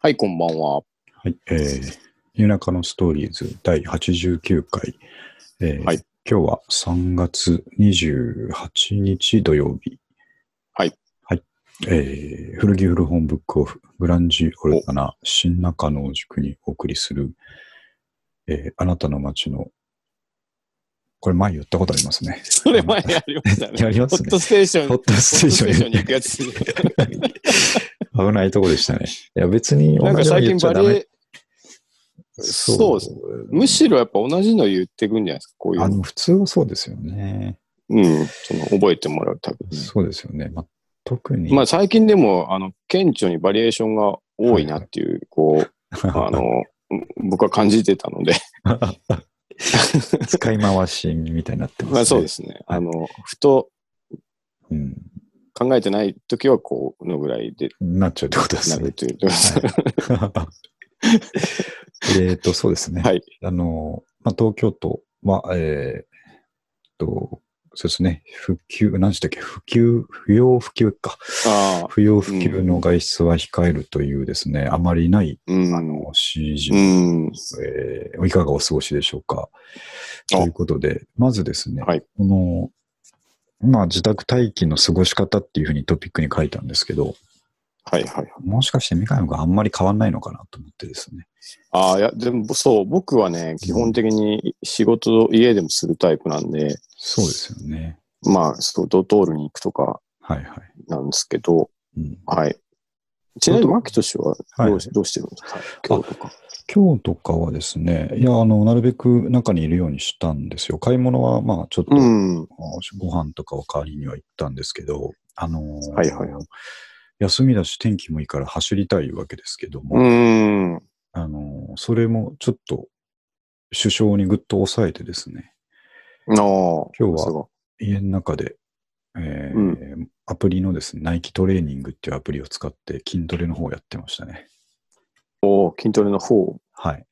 はい、こんばんは。はい、えー、夜中のストーリーズ第89回、えーはい今日は3月28日土曜日。はい。はい。えー、古着古本ブックオフ、グランジオルタナ、新中野塾にお送りする、えー、あなたの街の、これ前言ったことありますね。そ れ前やりましたね。やりますねホットステーション、ホットステーションホットに行くやつ。 危ないとこでしたね。いや、別にな同んかじの最言っち近ゃバダレメ。エ、そうですむしろやっぱ同じの言ってくんじゃないですか、こういあう。の、普通はそうですよね。うん、その覚えてもらうために。そうですよね。まあ、特に。まあ最近でも、あの、顕著にバリエーションが多いなっていう、こう、 あの、僕は感じてたので、使い回しみたいになってます、ね。。まあそうですすね。あの、ふとうん。考えてない時はこう、このぐらいでなっちゃうってことですなねる。という。はい、 えっと、そうですね。はい。あの、まあ、東京都は、えーっと、そうですね。普及、何でしたっけ普及、不要不急か。 ああ、不要不急の外出は控えるというですね、あまりない、うん。あの、指示うん。えーいかがお過ごしでしょうか。あということで、まずですね、はいこの、まあ、自宅待機の過ごし方っていうふうにトピックに書いたんですけど、はいはいはい。もしかして三上のがあんまり変わんないのかなと思ってですね。ああ、いや、でもそう、僕はね、基本的に仕事を家でもするタイプなんで、そうですよね。まあ、そう、ドトールに行くとかはいはい。なんですけど、うん、はい。ちなみに、マキト氏ははいどうし,、どうしてるんですか今日とか。今日とかはですね、いや、あの、なるべく中にいるようにしたんですよ。買い物は、まあ、ちょっと、うん。はご飯とかを代わりには行ったんですけど、あのーはいはいは休みだし天気もいいから走りたいわけですけども、うん。あの、それもちょっと、首相にぐっと抑えてですね、の今日はは。家の中で、えーうアプリのですね、ナイキトレーニングっていうアプリを使って筋トレの方をやってましたね。おー筋トレの方。はい。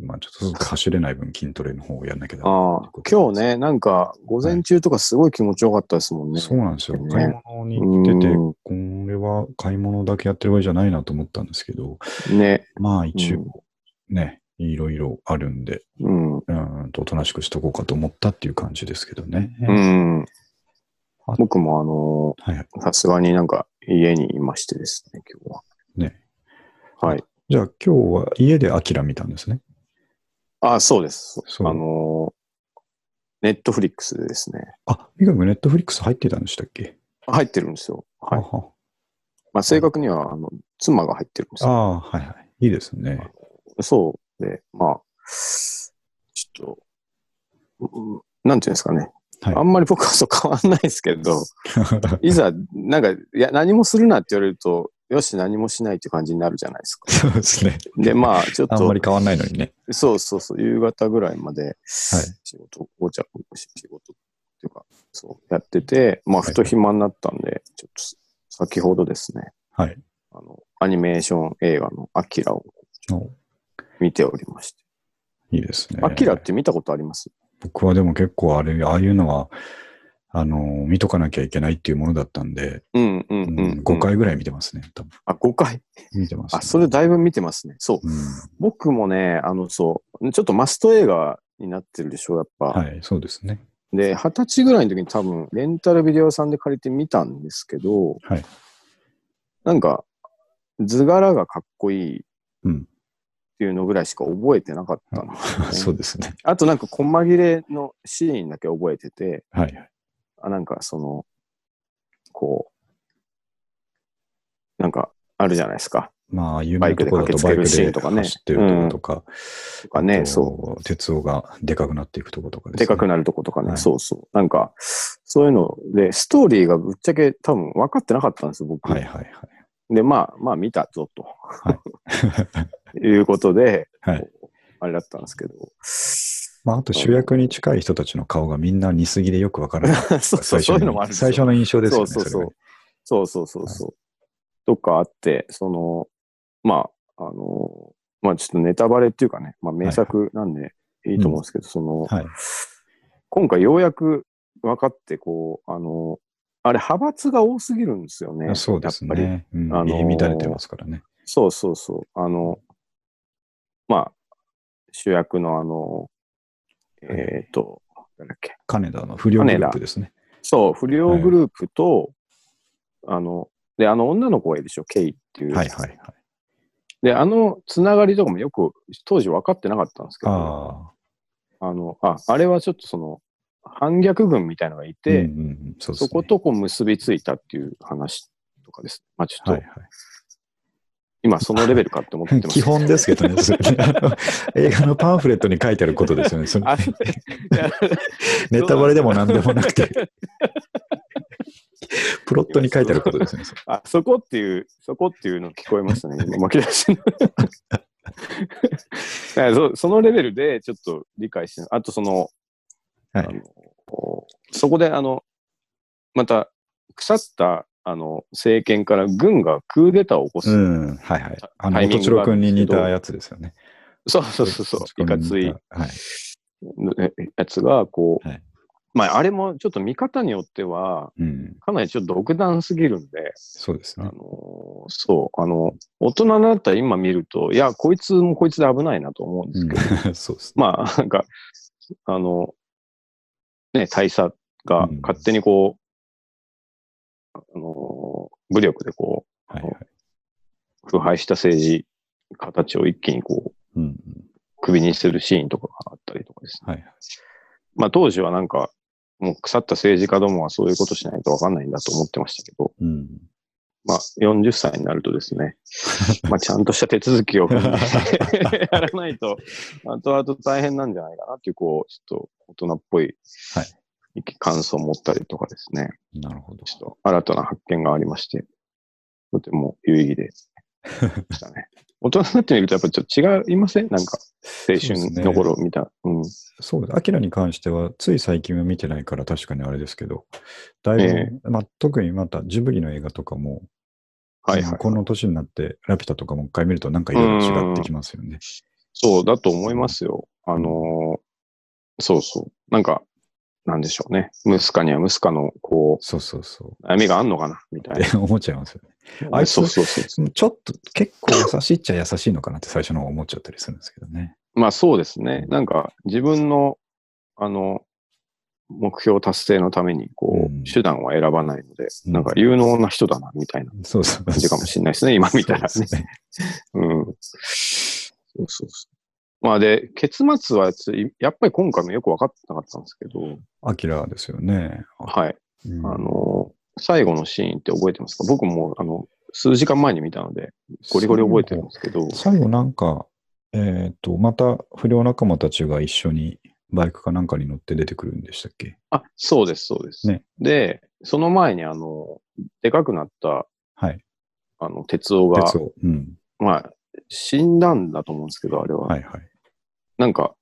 まあちょっとずつ走れない分筋トレの方をやんなきゃダメああ、今日ね、なんか、午前中とかすごい気持ちよかったですもんね。そうなんですよ。ね買い物に行ってて、うこれは買い物だけやってる場合じゃないなと思ったんですけど、ね。まあ一応ね、いろいろあるんで、うん。ううーんとおとなしくしとこうかと思ったっていう感じですけどね。ん。あ僕もあはのいはい。ーさすがになんか家にいましてですね、今日は。ね。はい。じゃあ今日は家でアキラ見たんですね。あそうです。そうあのネットフリックスでですね。あ、三上君ネットフリックス入ってたんでしたっけ入ってるんですよ。はい。はまあ、正確には、あの、妻が入ってるんですあよ。あ、はいはい。いいですね。そうで、まあ、ちょっと、うんなんていうんですかね。はい あんまり僕はそう変わんないですけど、いざ、なんか、いや、何もするなって言われると、よし、何もしないっていう感じになるじゃないですか。そうですね。で、まあ、ちょっ あんとまり、変わんないのにね。そうそうそう、夕方ぐらいまで、仕事、お茶、仕事っていうか、そう、やってて、まあ、はいふと暇になったんで、ちょっと、先ほどですね、はい。あの、アニメーション映画のアキラをお見ておりまして。いいですね。アキラって見たことあります僕はでも結構あれ、ああいうのは、あの、見とかなきゃいけないっていうものだったんで、うんうんううんん、うん。 5。回ぐらい見てますね。多分あ、5回。見てます、ね。あ、それだいぶ見てますね。そう。うん。僕もね、あの、そう、ちょっとマスト映画になってるでしょ、やっぱ。はい、そうですね。で、二十歳ぐらいの時に多分、レンタルビデオ屋さんで借りて見たんですけど、はいなんか、図柄がかっこいいっうん。ていうのぐらいしか覚えてなかったんですよね そうですね。あとなんか、細切れのシーンだけ覚えてて、はいはい。あなんかその、こう、なんか、あるじゃないですか。まあ、ああ有名なところだとバイクバイクで駆けつけるシーでンとかね走ってるとことか、とかね、そう。う。鉄夫がでかくなっていくとことかですね。でかくなるとことかね、はいそうそう。なんか、そういうので、ストーリーがぶっちゃけ多分分かってなかったんですよ、僕。はいはいで、まあ、まあ見たぞと。、はいうことで、はいこうあれだったんですけ ど。まあ、あと主役に近い人たちの顔がみんな似すぎでよくわからない。そう そう、そういうのもあるんですよ最初の印象ですよね。そうそうれそうが。そうそうそうそう。とかあって、その、まあ、あの、まあちょっとネタバレっていうかね、まあ名作なんでいいと思うんですけど、その、はい今回ようやく分かって、こう、あの、あれ派閥が多すぎるんですよね。そうですやっぱり。ね。うんあのー入り乱れてますからね。そうそうそう。あの、まあ、主役のあの、えっ、と、なんだっけ。金田の不良グループですね。そう、不良グループと、あの、で、あの女の子がいるでしょ、ケイっていう。はいはいはい。で、あのつながりとかもよく当時分かってなかったんですけど、あああ。の、あ、あれはちょっとその、反逆軍みたいのがいて、うんうんうんそうですそねことこう結びついたっていう話とかです。まあちょっと、はいはい。今そのレベルかって思ってま す。基本ですけどね、それねあの映画のパンフレットに書いてあることですよね。そのあそう ネタバレでも何でもなくて。プロットに書いてあることですね。それあそこっていう、そこっていうの聞こえましたね、今、巻き出しの。 だからそそのレベルでちょっと理解して、あとその、はあい。のそこであの、また腐ったあの政権から軍がクーデターを起こす。うん。はいはい。あの、タイミン元グ城がある君んですけどに似たやつですよね。そうそうそうそう、いかついはい。やつが、こう、はいまあ、あれもちょっと見方によっては、うん。かなりちょっと独断すぎるんで、そうですあねの。そう、あの、大人になったら今見ると、いや、こいつもこいつで危ないなと思うんですけど、うんそうですね。まあ、なんか、あの、ね、大佐がうん勝手にこう、あの、武力でこはいはい。う、腐敗した政治、形を一気にこう、うんうん。首にするシーンとかがあったりとかですね。はいはい。まあ当時はなんか、もう腐った政治家どもはそういうことしないとわかんないんだと思ってましたけど、うん。まあ40歳になるとです ね、まあちゃんとした手続きを 踏んでやらないと、後々大変なんじゃないかなっていう、こう、ちょっと大人っぽいはい意気感想を持ったりとかですね、なるほど。ちょっと新たな発見がありまして、とても有意義でした ね。大人になってみるとやっぱちょっと違いませんなんか青春の頃見た。うん。そうだ、アキラに関しては、つい最近は見てないから、確かにあれですけど、だいぶ、えまあ、特にまたジブリの映画とかも、はいあはのい。この年になって、ラピュタとかもう一回見ると、なんかいろいろ違ってきますよね。そうだと思いますよ。あのーそうそう。なんか、なんでしょうね。ムスカにはムスカの、こ、そうそうそう悩みがあんのかなみたう。いって 思っちゃいますよね。あな。いつそうそうそう。ちょっと結構優しいっちゃ優しいのかなって最初の方思っちゃったりするんですけどね。まあそうですね。なんか、自分の、あの、目標達成のために、こう、うん手段は選ばないので、うんなんか有能な人だな、みたいなそうそう。感じかもしれないですね。今見たらね。そうですね。うん。そうそうそう。まあで、結末はつい、やっぱり今回もよく分かってなかったんですけど、アキラですよね。はい。うんあの、最後のシーンって覚えてますか僕も、あの、数時間前に見たので、ゴリゴリ覚えてるんですけど、最後なんか、えっ、と、また不良仲間たちが一緒にバイクかなんかに乗って出てくるんでしたっけあ、そうです、そうです。ねで、その前に、あの、でかくなった、はい。あの、鉄夫が鉄、を。うん。まあ、死んだんだと思うんですけど、あれは。はいはい。なんか、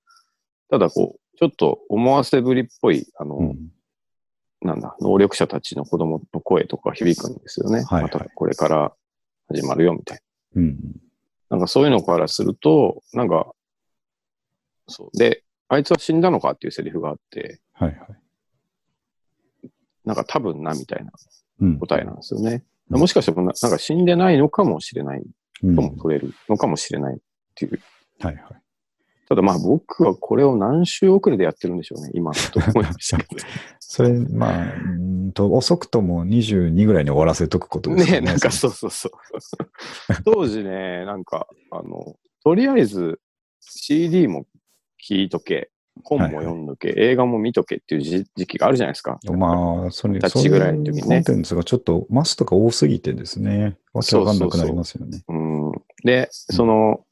ただこう、ちょっと思わせぶりっぽい、あの、うん。なんだ、能力者たちの子供の声とか響くんですよね。はいはいまたこれから始まるよ、みたいな。うん。なんかそういうのからすると、なんか、そう。で、あいつは死んだのかっていうセリフがあって、はいはい。なんか多分なみたいなうん。答えなんですよね。うんもしかしてもななんか死んでないのかもしれないうんとはも取れるのかもしれないっていう。いはい。ただまあ僕はこれを何週遅れでやってるんでしょうね、 今と思いましたけそれ、まあ、うーんと、遅くとも22ぐらいに終わらせとくことど。ですねよえ、なんかそうそうそう。 当時ね、なんか、あの、とりあえず CD も聴いとけ、本も読んどけ、映画も見とけっていう時時期があるじゃないですか。まあ、それ、二十歳ぐらいの時ねそういうコンテンツがちょっとマスとか多すぎてですね、わけわかんなくなりますよね。うんで、その、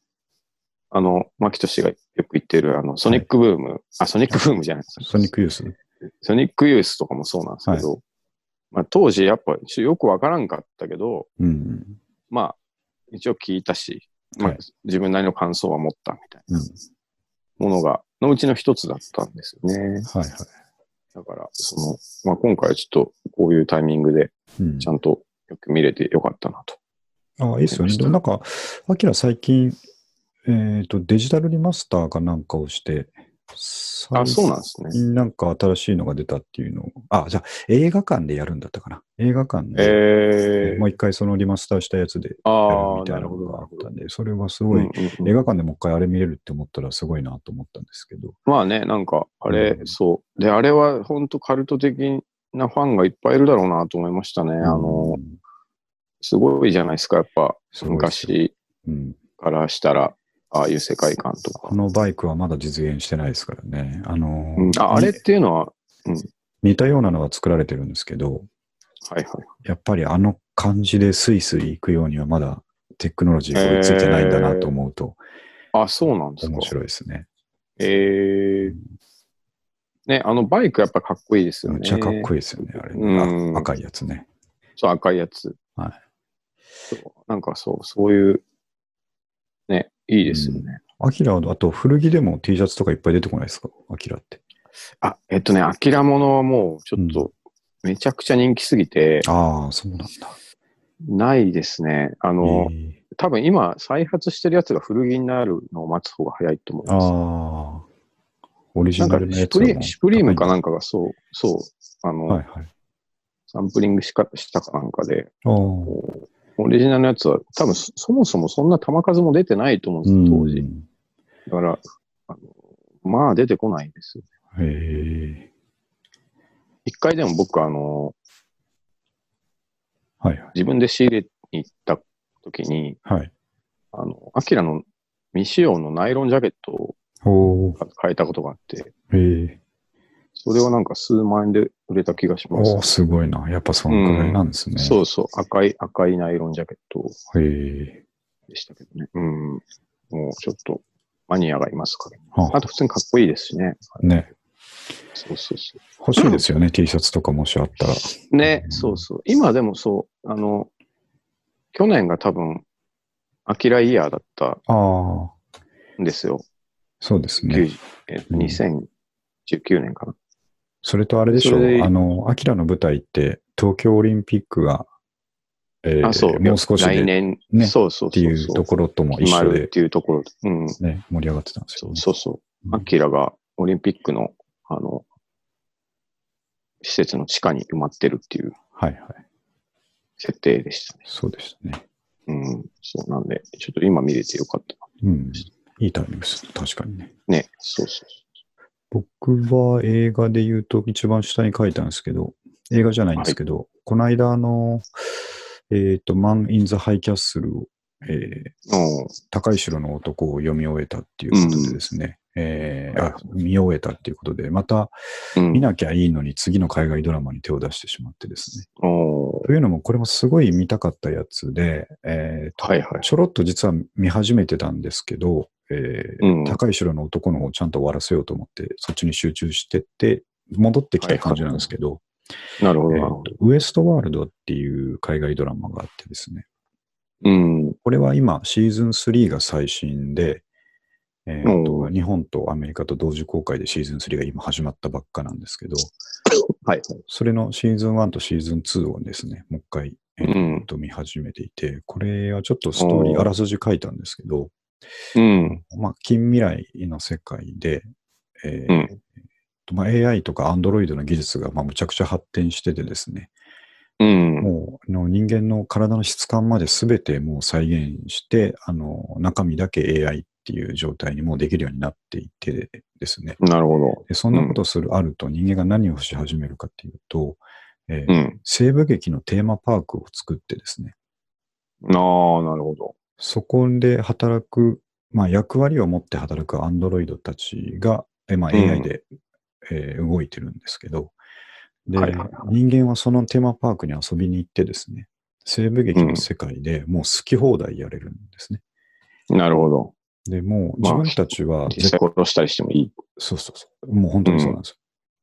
あの、牧俊がよく言ってる、あの、ソニックブーム、あ、ソニックブームじゃないですソニックユース。ソニックユースとかもそうなんですけど、まあ、当時やっぱよくわからんかったけど、うん。まあ、一応聞いたし、まあはい自分なりの感想は持ったみたいうん。なものが、のうちの一つだったんですよね。はいはだから、その、まあ、今回はちょっとこういうタイミングで、い。うんちゃんとよく見れてよかったなと。ああ、いいっすよね。でもなんか、アキラ最近、えっ、と、デジタルリマスターかなんかをして、あ、そうなんですね。なんか新しいのが出たっていうのを、あ、じゃあ映画館でやるんだったかな。映画館で、えもう一回そのリマスターしたやつでー、やるあみあ、たないなのるほど、がなあるっほたどんで、それはすうごい、んうんう映ん。画館でもう一回あれ見れるって思ったらすごいなと思ったんですけど、まあね、なんか、あれ、うんそう。で、あれは本当カルト的なファンがいっぱいいるだろうなと思いましたね。あのう、ん、すごいじゃないですか、やっぱ、すごいですよ昔うんからしたら、ああいう世界観とかこ。のバイクはまだ実現してないですからね。あの、うん、ああれっにていうのは、似たようなのは作られてるんですけど、はいはい。やっぱりあの感じでスイスイ行くようにはまだテクノロジーが追いついてないんだなと思うとあ、そうなんですか面。白いですね。ええね、あのバイクやっぱかっこいいですよね。めっちゃかっこいいですよね、あれ。うんあ赤いやつね。そう、赤いやつ。はいそうなんかそう、そういう、ね、いいですよね。アキラは、あと古着でも T シャツとかいっぱい出てこないですかアキラって。あ、えっとね、アキラものはもう、ちょっと、めちゃくちゃ人気すぎて、ああ、そうなんだ。ないですね。あの、えー多分今、再発してるやつが古着になるのを待つ方が早いと思います。ああ。オリジなんナかルのシやつュプリ、シュプリームかなんんかがそう、そう、あの、はいはい。サンプリングしかしたかなんかで、ああ。オリジナルのやつは、多分そそもそもそんな球数も出てないと思うんです、当時。うん。だから、あのまあ出てこないですよ。へえ。一回でも僕、あの、はいはい。自分で仕入れに行った時に、はい。あの、アキラの未使用のナイロンジャケットをおー。買えたことがあって、へえ。それはなんか数万円で売れた気がしますおー、。すごいな。やっぱそのくらいなんですね。そうそう、赤い、赤いナイロンジャケットへえ。でしたけどね。うん。もうちょっとマニアがいますから、はああと普通にかっこいいですしね。ね。そうそうそ欲しいですよね、T シャツとかもしあったら。う。ね、そうそう。今でもそう、あの、去年が多分、アキライヤーだったああ、んですよ。そうですね。 90えっとうん2019年かな。それとあれでしょそれであの、アキラの舞台って、東京オリンピックが、えーあ、そう。もう少しで来っ年、ねそうそうそうそう。ていうところとも一決ま緒るでっ、ていうところで。うん。ね、盛り上がってたんですそよ、うね。そうそうう。んアキラがオリンピックの、あの、施設の地下に埋まってるっていうはいはい。設定でしたね。そうでしたね。うん。そうなんで、ちょっと今見れてよかったうん。いいタイミングです。確かにね。な。ね。そうそう僕は映画で言うと一番下に書いたんですけど、映画じゃないんですけど、この間あの、えっ、と、マン・イン・ザ・ハイ・キャッスルを、えーそう。高い城の男を読み終えたっていうことでですね、えーあ見終えたっていうことで、またうん。見なきゃいいのに次の海外ドラマに手を出してしまってですね。おーというのも、これもすごい見たかったやつで、えーとはいはい。ちょろっと実は見始めてたんですけど、えーうん。高い城の男の方をちゃんと終わらせようと思って、そっちに集中してって、戻ってきた感じなんですけど、なるほど、なえるーほとど。ウエストワールドっていう海外ドラマがあってですね、うん。これは今、シーズン3が最新で、えーとう日本とアメリカと同時公開でシーズン3が今始まったばっかなんですけど、はい。それのシーズン1とシーズン2をですね、もう一回、えうんーと見始めていて、これはちょっとストーリおーーあらすじ書いたんですけど、うん。まあ、近未来の世界で、えーうんとまあ、AI とか Android の技術がまあむちゃくちゃ発展しててですね、うん。もうあの人間の体の質感まで全てもう再現して、あの中身だけ AI っていう状態にもうできるようになっていてですね。なるほど。でそんなことをするあると人間が何をし始めるかっていうと、えーうん。西部劇のテーマパークを作ってですね、ああ、なるほど。そこで働く、まあ、役割を持って働くアンドロイドたちが、えまあ、うん AI で、えー動いてるんですけど、で、はいはいは人間はそのテーマパークに遊びに行ってですね、西部劇の世界でもう好き放題やれるんですね。なるほど。で、もう自まあ分たちは実絶、際殺したりしてもいい。そうそうそう、もう本当にそうなんですよ。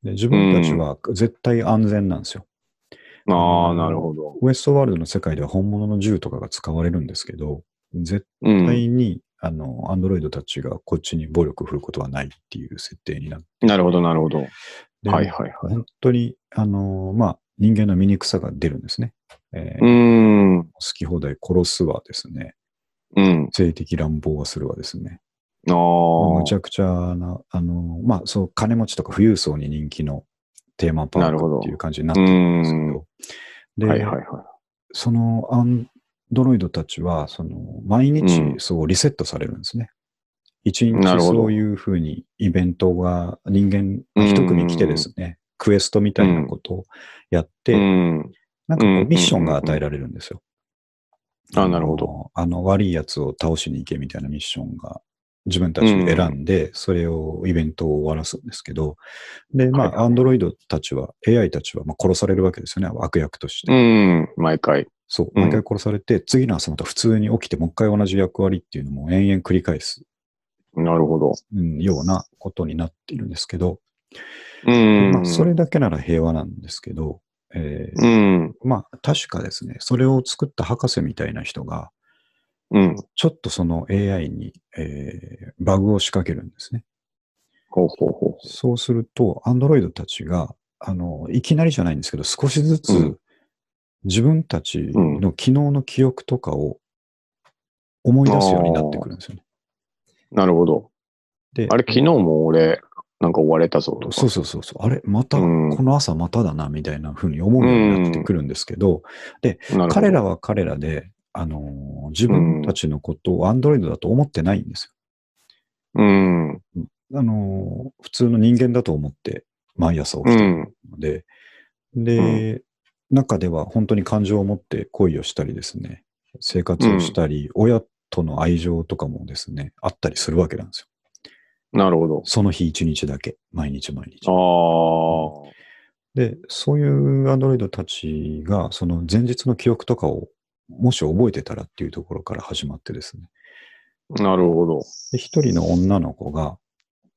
で自分たちは絶対安全なんですよ。ああ、なるほど。ウエストワールドの世界では本物の銃とかが使われるんですけど、絶う絶ん。対に、あの、アンドロイドたちがこっちに暴力振ることはないっていう設定になって、なるほど、なるほど。はいはいはい。本当に、あの、まあ、人間の醜さが出るんですね。えーうーん。好き放題殺すわですね。うん。性的乱暴はするわですね。あーむちゃくちゃな、あの、まあ、そう、金持ちとか富裕層に人気のテーマパなるほーどクっていう感じになってるんですけど、で、はいはいはい。そのアンドロイドたちは、その、毎う日んそうリセットされるんですね。一、な日るほどそういうふうにイベントが人間、まあ一組来てですね、クエストみたいなことをやって、うん。なんかこうんうんううんミッションが与えられるんですよ。あなるほどあの。あの悪いやつを倒しに行けみたいなミッションが自分たちで選んで、それをイベントを終わらすんですけど、で、まはいあ、アンドロイドたちは、AI たちはまあ殺されるわけですよね、悪役として。うん。毎回。そう、うん毎回殺されて、次の朝また普通に起きて、もう一回同じ役割っていうのも延々繰り返す、なるほど。うん、ようなことになっているんですけど、うん。まあ、それだけなら平和なんですけど、えーうん。まあ、確かですね、それを作った博士みたいな人が、うん。ちょっとその AI に、えーバグを仕掛けるんですね。ほうほうほそうすると、アンドロイドたちが、あの、いきなりじゃないんですけど、少しずつ、うん自分たちの昨日の記憶とかを思い出すようになってくるんですよね。う。なるほど。で、あれ、昨日も俺、なんか追われたぞとか。そうそうそうそう、あれ、また、うんこの朝まただな、みたいな風に思うようになってくるんですけど、なるほど彼らは彼らで、あのー自分たちのことをアンドロイドだと思ってないんですようん。あの、普通の人間だと思って毎朝起うきてるん。ので、で、中では本当に感情を持って恋をしたりですね、生活をしたり、親との愛情とかもですね、あったりするわけなんですよ。なるほど。その日一日だけ、毎日毎日。ああ。で、そういうアンドロイドたちが、その前日の記憶とかを、もし覚えてたらっていうところから始まってですね。なるほど。で、一人の女の子が、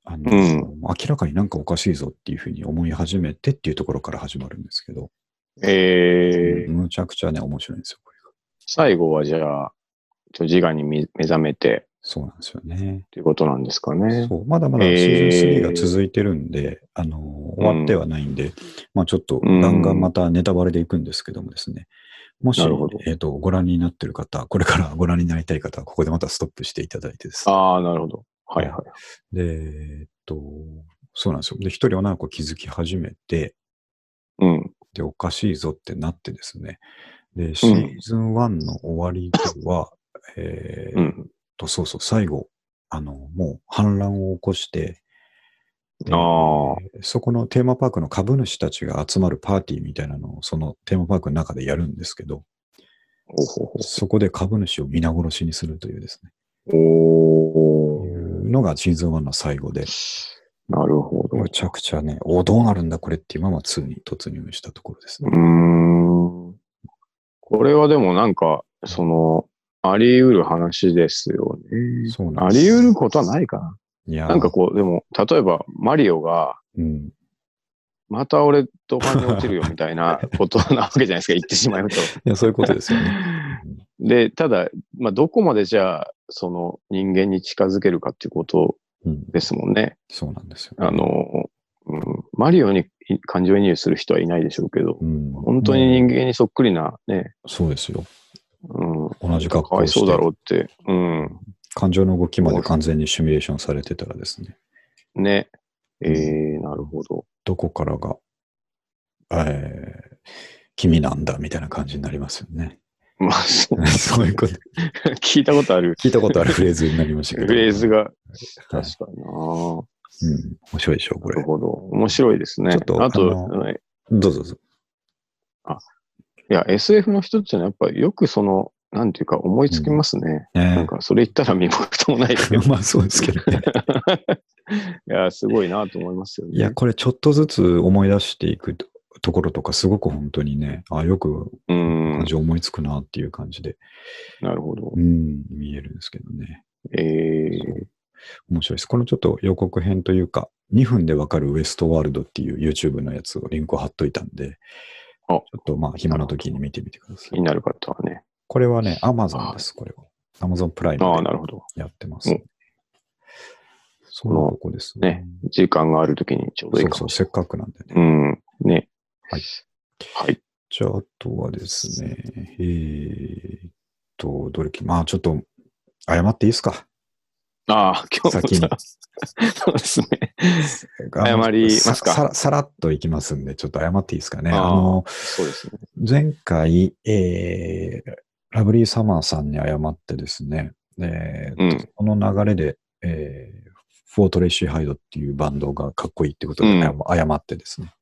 あの、うん明らかになんかおかしいぞっていうふうに思い始めてっていうところから始まるんですけど、ええむちゃくちゃね、面白いんですよ、これが。最後はじゃあ、ちょ自我にみ目覚めてそうなんですよね。ということなんですかね。そう、まだまだシーズン3が続いてるんで、あの、終わってはないんで、まあちょっとガンガンまたネタバレでいくんですけどもですね、もしなるほど、えっ、と、ご覧になってる方、これからご覧になりたい方は、ここでまたストップしていただいてですねああ、なるほど。はいはい。で、えっと、そうなんですよ。で、一人女の子気づき始めて、うん。でおかしいぞってなってですね。で、シーズン1の終わりでは、えうーっん。と、そうそう、最後、あの、もう反乱を起こして、でああ。えーそこのテーマパークの株主たちが集まるパーティーみたいなのを、そのテーマパークの中でやるんですけど、ほうほうほそこで株主を皆殺しにするというですね、うおーいうのがシーズン1の最後で、なるほど。むちゃくちゃね、おどうなるんだこれっていうまま2に突入したところですうね。ーん。これはでもなんか、その、あり得る話ですよね。そうなんあですり得ることはないかな。いやーなんかこう、でも、例えば、マリオが、うん、また俺、土管に落ちるよみたいなことなわけじゃないですか、言ってしまうと。いや、そういうことですよね。うんで、ただ、まあ、どこまでじゃあ、その人間に近づけるかっていうことうん、ですもんね。そうなんですよ。あの、うん、マリオに感情移入する人はいないでしょうけど、うん、本当に人間にそっくりなね、そうですよ。うん、同じ格か好わをいしてそうだろうって、うん、感情の動きまで完全にシミュレーションされてたらですね、ね。えー、なるほど。どこからが、えー、君なんだみたいな感じになりますよね。まあ、 そうそういうこと、聞いたことある聞いたことあるフレーズになりましたけフど。レーズが、はい確かにな、ぁうん、面白いでしょ、こなれる。ほど。面白いですね。ちょっとああと、のいどうぞどうぞ。や、SF の人っていうのはやっぱよくその、なんていうか思いつきますね。なねんか、それ言ったら身も蓋もないですけ え。 どまあそうですけどね。いや、すごいなと思いますよね。いや、これちょっとずつ思い出していくとところとか、すごく本当にね、あよくうん感。情思いつくなっていう感じで、なるほどう。ん、見えるんですけどね。えー、面白いです。このちょっと予告編というか、2分でわかるウエストワールドっていう YouTube のやつをリンクを貼っといたんで、ちあょっとまあ暇な時に見てみてくださ気いに。なる方はね。これはね、Amazon です、これは。Amazon プライムああ、でなるほど。やってます、うんそのとこですね。時間があるときにちょうどいいそうかそもう、しせっかくなんでれね。ない。うん。ね。はい。はい。じゃあ、あとはですね、えーっと、どれき、まあちょっと謝っていいですか。ああ、 今先日にもそうですね。あの謝りますかささらさらっといきますんで、ちょっと謝っていいですかね。あーあの、そうですね。前回、えーラブリーサマーさんに謝ってですね、えーうん。この流れで、えーフォートレイシー・ハイドっていうバンドがかっこいいってことで謝,、ってですね、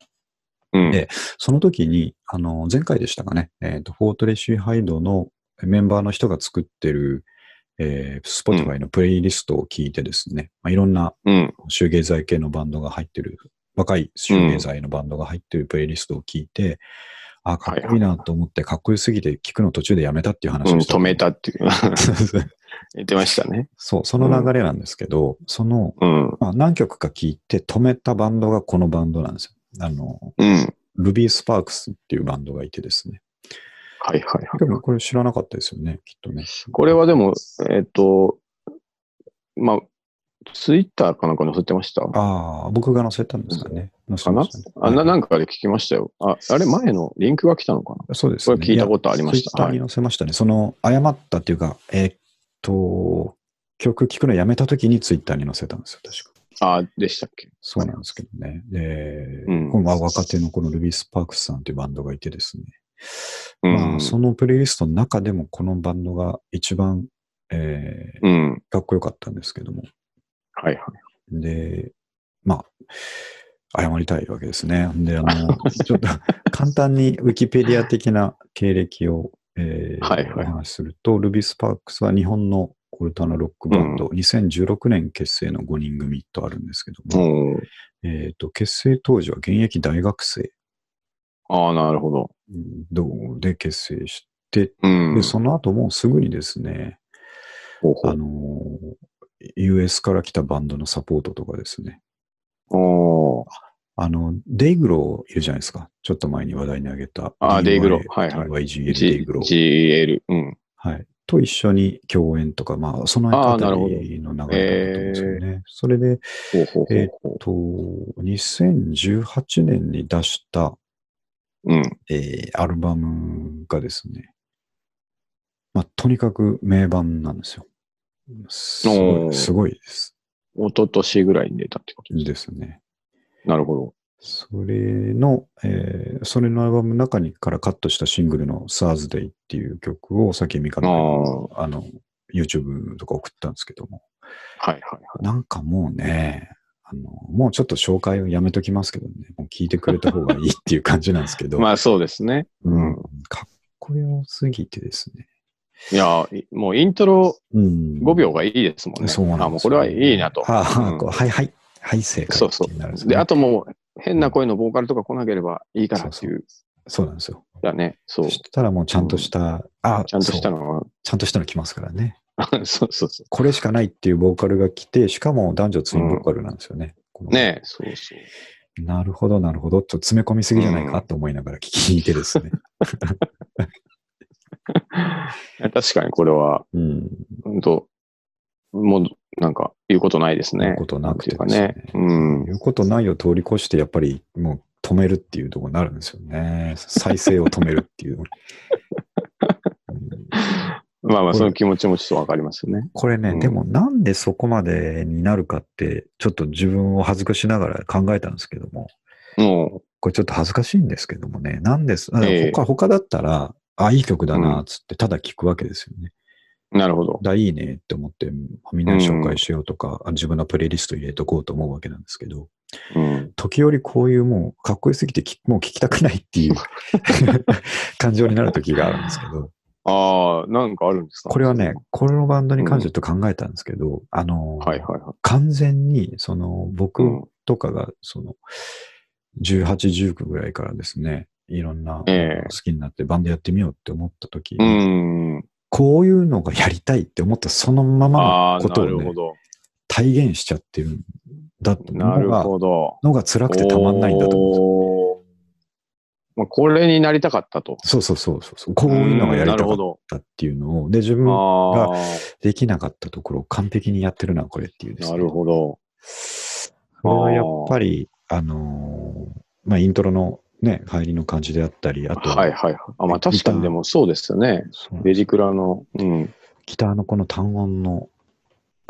うん。でその時に、あの、前回でしたかね、えーと、フォートレイシー・ハイドのメンバーの人が作ってる、えー、Spotify のプレイリストを聞いてですね、まあ、いろんなうん。シューゲイザー系のバンドが入ってる、若いシューゲイザーのバンドが入ってるプレイリストを聞いて、あ、かっこいいなと思って、かっこよすぎて聞くの途中でやめたっていう話うんをした。止めたっていう。 そう言ってましたね。 そう、その流れなんですけど、その、うん。まあ、何曲か聞いて止めたバンドがこのバンドなんですよ。あの、うん。ルビー・スパークスっていうバンドがいてですね。はいはいはい。でもこれ知らなかったですよね、きっとね。これはでも、えっ、と、まあ、ツイッターかなんか載せてましたああ、僕が載せたんですかね。載せかなましたねあな、なんかで聞きましたよ。あ、あれ前のリンクが来たのかなそうですね。これ聞いたことありましたツイッターに載せましたね。その、誤ったっていうか、えーっと、曲聴くのやめたときにツイッターに載せたんですよ、確か。あ、でしたっけそうなんですけどね。で、うんこのまあ若手のこのルビー・スパークスさんというバンドがいてですね。うんまあ、そのプレイリストの中でもこのバンドが一番、えーうん。かっこよかったんですけども。はいはい。で、まあ、謝りたいわけですね。で、あ の、ちょっと簡単にウィキペディア的な経歴を、えーはいはいお話しすると、ルビー・スパークスは日本のオルタナロックバンド、2016年結成の5人組とあるんですけども、うん。えーと結成当時は現役大学生ああ、なるほど。で結成して、うん。でその後もうすぐにですね、ほうほあのー US から来たバンドのサポートとかですね、うおーあの、デイグローいるじゃないですか。ちょっと前に話題にあげた。あー DY デイグローはいはい DYGL デイ G- グロー。 GL。うん。はい。と一緒に共演とか、まあ、その辺あたあーなるほどりの流れだと思うんですよね。それで、ほうほうほうほと、2018年に出した、う。うん。えーアルバムがですね、まあ、とにかく名盤なんですよ。すごおーいすごいです。一昨年ぐらいに出たってことです。ですね。なるほど。それの、えーそれのアルバムの中にからカットしたシングルの Thursday っていう曲をさっき見かけたああの、YouTube とか送ったんですけども、はいはいはい。なんかもうね、あの、もうちょっと紹介をやめときますけどね、もう聞いてくれた方がいいっていう感じなんですけど、 まあそうですね。うん、かっこよすぎてですね。いや、いもうイントロうん、 5秒がいいですもんね。そうなんですよあもうこれはいいなと。はあはあうんこうはいはい、はい、正解そうっそうてなるんですよねで、あともう変な声のボーカルとか来なければいいからっていう。そうなんですよ。だね。そうそ。したらもうちゃんとした、あちゃんとしたそうのちゃんとしたの来ますからね。が。 そうそうそこれしかないっていうボーカルが来て、しかも男女ツインボーカルなんですよね。このう。ねえ、そうそう。なるほど、なるほど。ちょっと詰め込みすぎじゃないかと思いながら聞いてですね。確かにこれは、うん。本当もう、なんか、言うことないですね。言うことなくてですねなんいうかね。うん。言うことないを通り越して、やっぱりもう止めるっていうところになるんですよね。再生を止めるっていう。 うんまあまこあ、れその気持ちもちょっとわかりますよね。これね、うんでもなんでそこまでになるかって、ちょっと自分を恥ずかしながら考えたんですけども、もこれちょっと恥ずかしいんですけどもね、なんです、あええ他他だったら、あ、いい曲だな、つって、ただ聞くわけですよね。う、なるほど。だ、いいねって思って、みんなに紹介しようとか、自分のプレイリスト入れとこうと思うわけなんですけど、うん。時折こういうもう、かっこよすぎてき、もう聞きたくないって いう感情になる時があるんですけど、ああ、なんかあるんですかこれはね、このバンドに関してちょっと考えたんですけど、あの、はいはいはい。完全に、その、う僕ん。とかが、その、18、19ぐらいからですね、いろんなええ好きになってバンドやってみようって思った時、うん。こういうのがやりたいって思ったそのままのああ、ことなをるねほ、ど。体現しちゃってるんだってなのるが、ほど。のが辛くてたまんないんだと思うんでおーまあ、これになりたかったと。すよ。そうそうそうそうそう。こういうのがやりたうんなるかほっど。たっていうのを、で、自分あできなかったところを完璧にやってるな、これっていうであ、すなね。るほど。これはやっぱり、あのーまあ、イントロのね、入りの感じであったり、あと、はいはいはい。あまあ確かにでもそうですよね。そうベジクラの。うん。ギターのこの単音の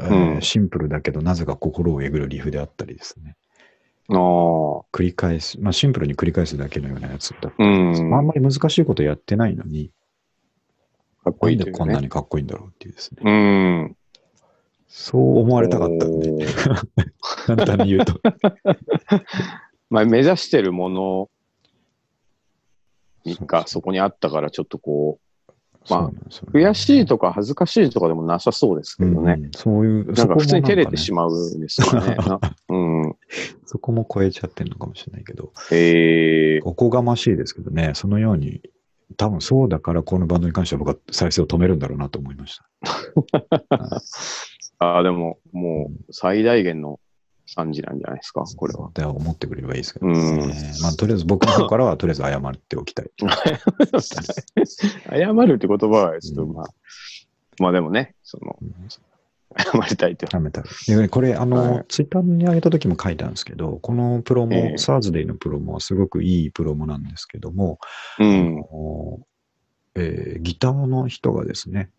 えーうんシンプルだけど、なぜか心をえぐるリフであったりですね。ああ。繰り返す、まあシンプルに繰り返すだけのようなやつだったりうん。まああんまり難しいことやってないのに、かっこないいんとでいうねこんなにかっこいいんだろうっていうですね。うん。そう思われたかったんで、おー簡単に言う と。まあ、目指してるものがそそうこにあったから、ちょっとこそうまそあうなんですよう、ね悔しいとか恥ずかしいとかでもなさそうですけどね。うんそういう、なんか普通に照れてそしこもまうんです よね。なうん。なんかねそこも超えちゃってるのかもしれないけど、ええおこがましいですけどね、そのように、多分そうだからこのバンドに関しては僕は再生を止めるんだろうなと思いました。ああ、でも、もう最大限の惨事なんじゃないですか、これは。では思ってくれればいいですけど、うんねまあ、とりあえず僕の方からはとりあえず謝っておきたい。謝るって言葉は、ちょっとまあ、まあでもね、その、うん謝りたいと。やめた。で、これ、あの、はいツイッターに上げた時も書いたんですけど、このプロモ、ええサーズデイのプロモはすごくいいプロモなんですけども、うあん。はいのえーギターの人がですね、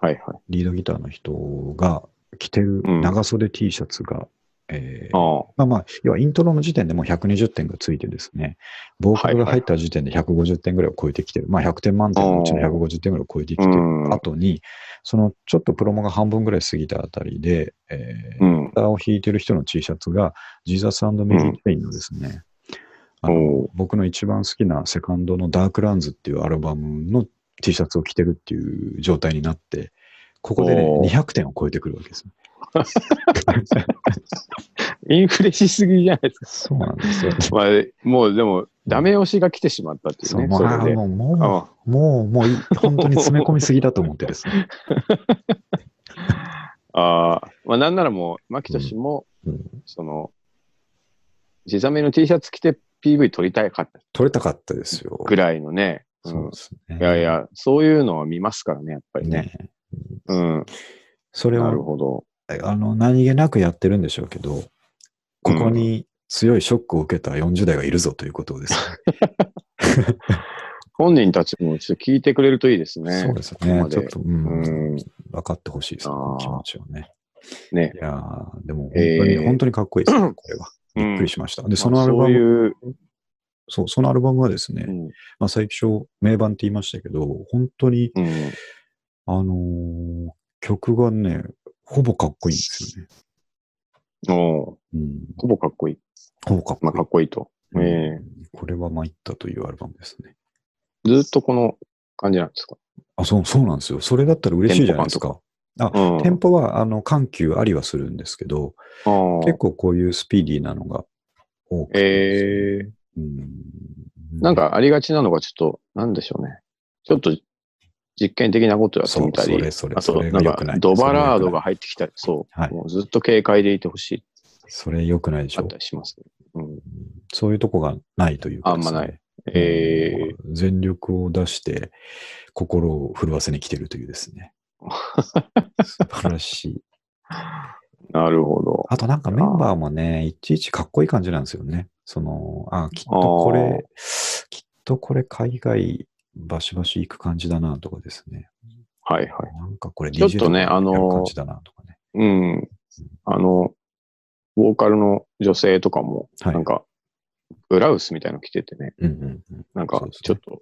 はい。リードギターの人が着てるうん長袖 T シャツが、えーああ。まあまあ、要はイントロの時点でもう120点がついてですね、ボーカルが入った時点で150点ぐらいを超えてきてる。まあ100点満点のうちの150点ぐらいを超えてきてるうん後に、そのちょっとプロモが半分ぐらい過ぎたあたりで、えーうんギ。ターを弾いてる人の T シャツが、ジーザスメリー・ペインのですね、あのおう僕の一番好きなセカンドのダークランズっていうアルバムの T シャツを着てるっていう状態になって、ここでね、おー200点を超えてくるわけですね。インフレしすぎじゃないですか。そうなんですよ。まあ、もうでも、ダメ押しが来てしまったっていうそうね、もそうれあーで。もうもうああもう、もういい、本当に詰め込みすぎだと思ってですね。あーまあ、なんならもう、牧俊も、うんその、地ざめの T シャツ着て PV 撮りたいかった取れたかったですよ。ぐらいのね、うそうんですね。いやいや、そういうのは見ますからね、やっぱりね。ね。うん、それなるをほど。あの何気なくやってるんでしょうけど、ここに強いショックを受けた40代がいるぞということです本人たちもちょっと聞いてくれるといいですね。ね。そうですここねま。でちょっと、ううんん、分かってほしいですね、あーこの気持ちをね。ねい。やーでも本当に、えー本当にかっこいいです ね、これは。びっくりしました。で、そのアルまバあそうム、いう、そう、そのアルバムはですね、うんまあ、最初、名盤って言いましたけど、本当に、うんあのー曲がね、ほぼかっこいいんですよね。おううん、ほぼかっこいい。ほぼかっこいまあ、い。かっこいいと。ええうんこれは参ったというアルバムですね。ずっとこの感じなんですか。あ、そう、そうなんですよ。それだったら嬉しいじゃないですか。うん、テンポは、あの、緩急ありはするんですけど、ああ結構こういうスピーディーなのが多くてですね、ええうんなん、かありがちなのがちょっと、なんでしょうね。ちょっと実験的なことやってそうみたり、それそれあそと、れがなん良かくない。ドバラードが入ってきたり、そう、はいもうずっと警戒でいてほしい、それ良くないでしあょった。りします、うん。そういうとこがないというかですね、あんまなええ全力を出して、心を震わせに来てるというです ね。素晴らしい。なるほど。あとなんかメンバーもね、いちいちかっこいい感じなんですよね。その、あ、きっとこあれ、きっとこれ海外バシバシ行く感じだなとかですね。はいはい。なんかこれちょっ DJ とねとかあのやる感じだなとかね。うん。あの、ボーカルの女性とかも、はいなんか、ブラウスみたいなの着ててね、うんうんうん。なそんかうですちょねっ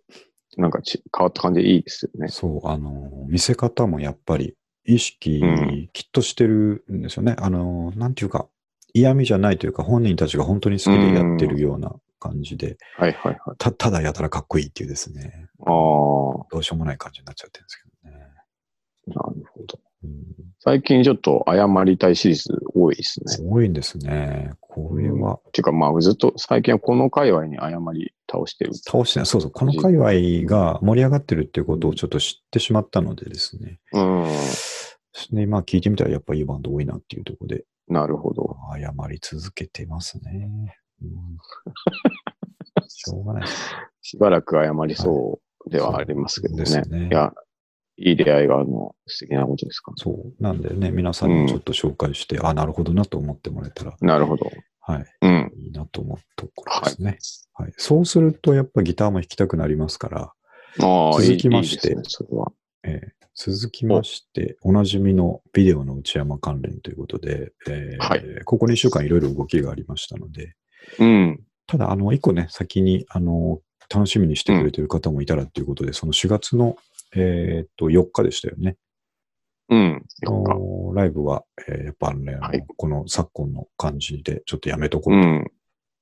と、なんかち変わった感じでいいですよね。そう、あの、見せ方もやっぱり意識うんきっとしてるんですよね。あの、なんていうか、嫌味じゃないというか、本人たちが本当に好きでやってるような感じで、はいはいはい。たただやたらかっこいいっていうですね、ああ、なるほどうしようもない感じになっちゃってるんですけどね。ど。うん最近ちょっと謝りたいシリーズ多いですね。多いんですね。これは、っていうか、まあ、ずっと最近はこの界隈に謝り倒してる。倒してない。そうそう。この界隈が盛り上がってるっていうことをちょっと知ってしまったのでですね。うん。で、まあ聞いてみたらやっぱいいバンド多いなっていうところで、なるほど。謝り続けてますね。うんしょうがないですしばらく謝りそう ではありますけどね。そうですねいや、いい出会いがあるのは素敵なことですか。そう。なんでね、皆さんにもちょっと紹介して、あ、なるほどなと思ってもらえたら、なるほど。はい、うん。いいなと思うところはですい。ね。はい。そうすると、やっぱギターも弾きたくなりますから、ああ、いい続きましていいですね、それは。えー続きまして、おなじみのビデオの内山関連ということで、えーはいここ2週間いろいろ動きがありましたので、うん。ただ、あの、一個ね、先に、あの、楽しみにしてくれてる方もいたらということで、その4月の、えーっと、4日でしたよね。うん。よっあかのライブは、えーやっぱあのね、あのはいこの昨今の感じで、ちょっとやめとこう。うん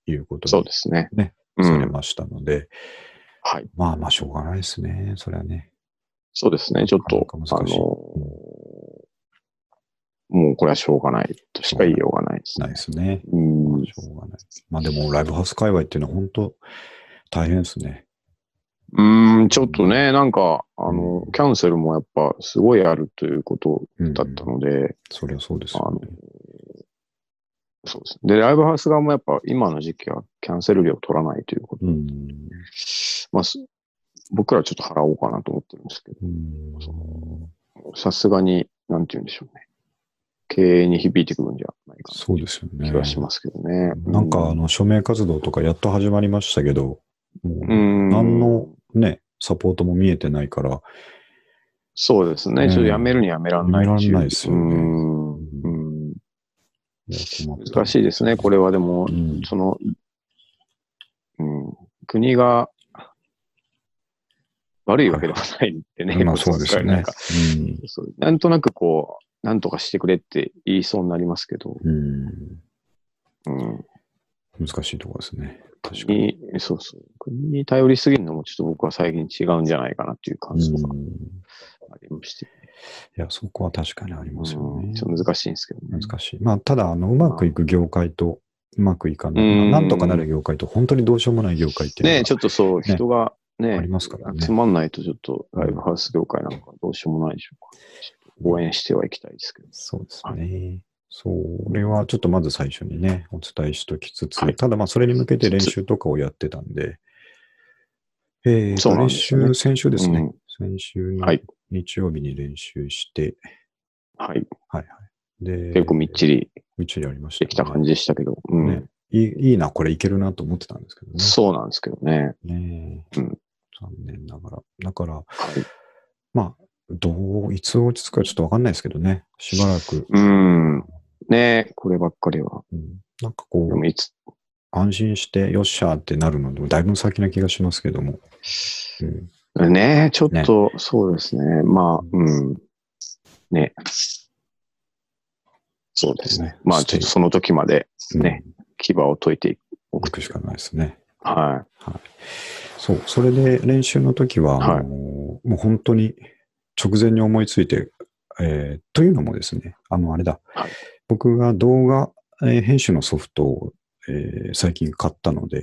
ということそうで、ですね。ねうされん。ましたので、はい。まあまあ、しょうがないですね、それはね。そうですね。ちょっと、あなのかなか難しいーもうこれはしょうがないとしか言いようがないですないねで。すね。うん。しょうがない。まあでも、ライブハウス界隈っていうのは本当大変ですね。うーん、ちょっとね、なんか、あの、キャンセルもやっぱすごいあるということうん、だったので、そりゃそうですよね。そうですね。で、ライブハウス側もやっぱ今の時期はキャンセル料取らないということ。うん。まあ、す僕らちょっと払おうかなと思ってるんですけうんど、さすがに、なんて言うんでしょうね。経営に響いてくるんじゃないかそうですよなね気。がしますけどね。なんか、あの、署名活動とかやっと始まりましたけど、うもん、何のうね、サポートも見えてないから、そうですうね。んちょっとやめるにやめらんないっやめてう。らんないですよねうんうん難しいですね。これ。れはでもう、ん。その、うん、国が悪いわけではないんでね。まあそうですよなねんか。そうなんとなくこう、なんとかしてくれって言いそうになりますけど、うん。うんうん、難しいところですね。確かに。国に、そうそう、国に頼りすぎるのもちょっと僕は最近違うんじゃないかなっていう感想がうんいありまして、や、そこは確かにありますようんねち。ょっと難しいんですけどね。難しい。まあ、ただ、あの、うまくいく業界と、うまくいかなうい。んなんとかなる業界と、本当にどうしようもない業界っていうのねがえちょっとそう、ね人がねありますからね集まんないとちょっとライブハウス業界なんかどうしようもないでしょうから、ちょっと応援してはいきたいですけど。そうですね。それはちょっとまず最初にね、お伝えしときつつ、はいただまあそれに向けて練習とかをやってたんで、えーと、そうな練んですよね習、先週ですね、うん先週のはい日曜日に練習して、はい。はいはい。で、結構みっちりみっちりやりました、できた感じでしたけど、うん。ねいい。いいな、これいけるなと思ってたんですけどね。そうなんですけどね。ねえうん残念ながら。だから、はい。まあ、どう、いつ落ち着くかちょっとわかんないですけどね、しばらく。うん。ねえこればっかりは。うんなんかこうで、もいつ、安心して、よっしゃーってなるのでも、だいぶ先な気がしますけども。うん、ねえちょっと、そうですね。まあ、うん。ねそうですね。まあ、ちょっとその時までね、牙を解いてうん、お置くくしかないですね。はそう、それで練習の時は、はいあのーもう本当に直前に思いついて、えーというのもですね、あの、あれだ、はい僕が動画、えー編集のソフトを、えー最近買ったので、い。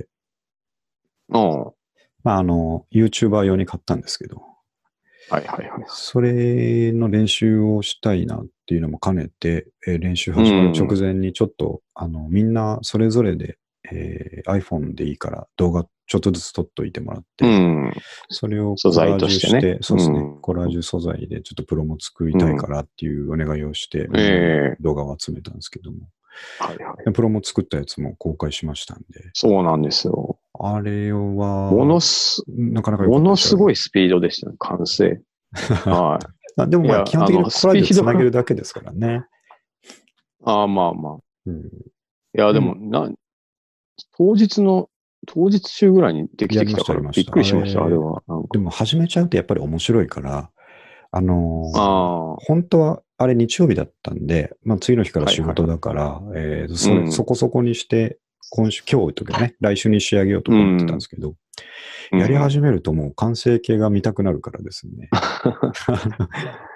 うん。まあ、あの、YouTuber 用に買ったんですけど、はいはいはい。それの練習をしたいなっていうのも兼ねて、えー練習始まる直前にちょっと、あの、みんなそれぞれで、えー iPhone でいいから動画ちょっとずつ撮っといてもらって、うん。それを素材としてねコラージュそうですね、うんコラージュ素材でちょっとプロも作りたいからっていうお願いをして、ええ動画を集めたんですけども、はいはい。でプロも作ったやつも公開しましたんで、そうなんですよ。あれは、ものす、なかなか良かもったのですすよごいスピードでしたね、完成。はい。あでもまいあや基本的にあコのラージュスピードつがなげるだけですからね。ああ、まあまあ。うんいや、でも、な、当日の、当日中ぐらいにできてきたかやりら、ましたびっくりしました、ああれれは。なんかでも始めちゃうとやっぱり面白いから、あのーあ本当はあれ日曜日だったんで、まあ、次の日から仕事だから、えーそれうんそこそこにして、今週、今日とかね、来週に仕上げようとか思ってたんですけど、あ、やりうん始めるともう完成形が見たくなるからですね。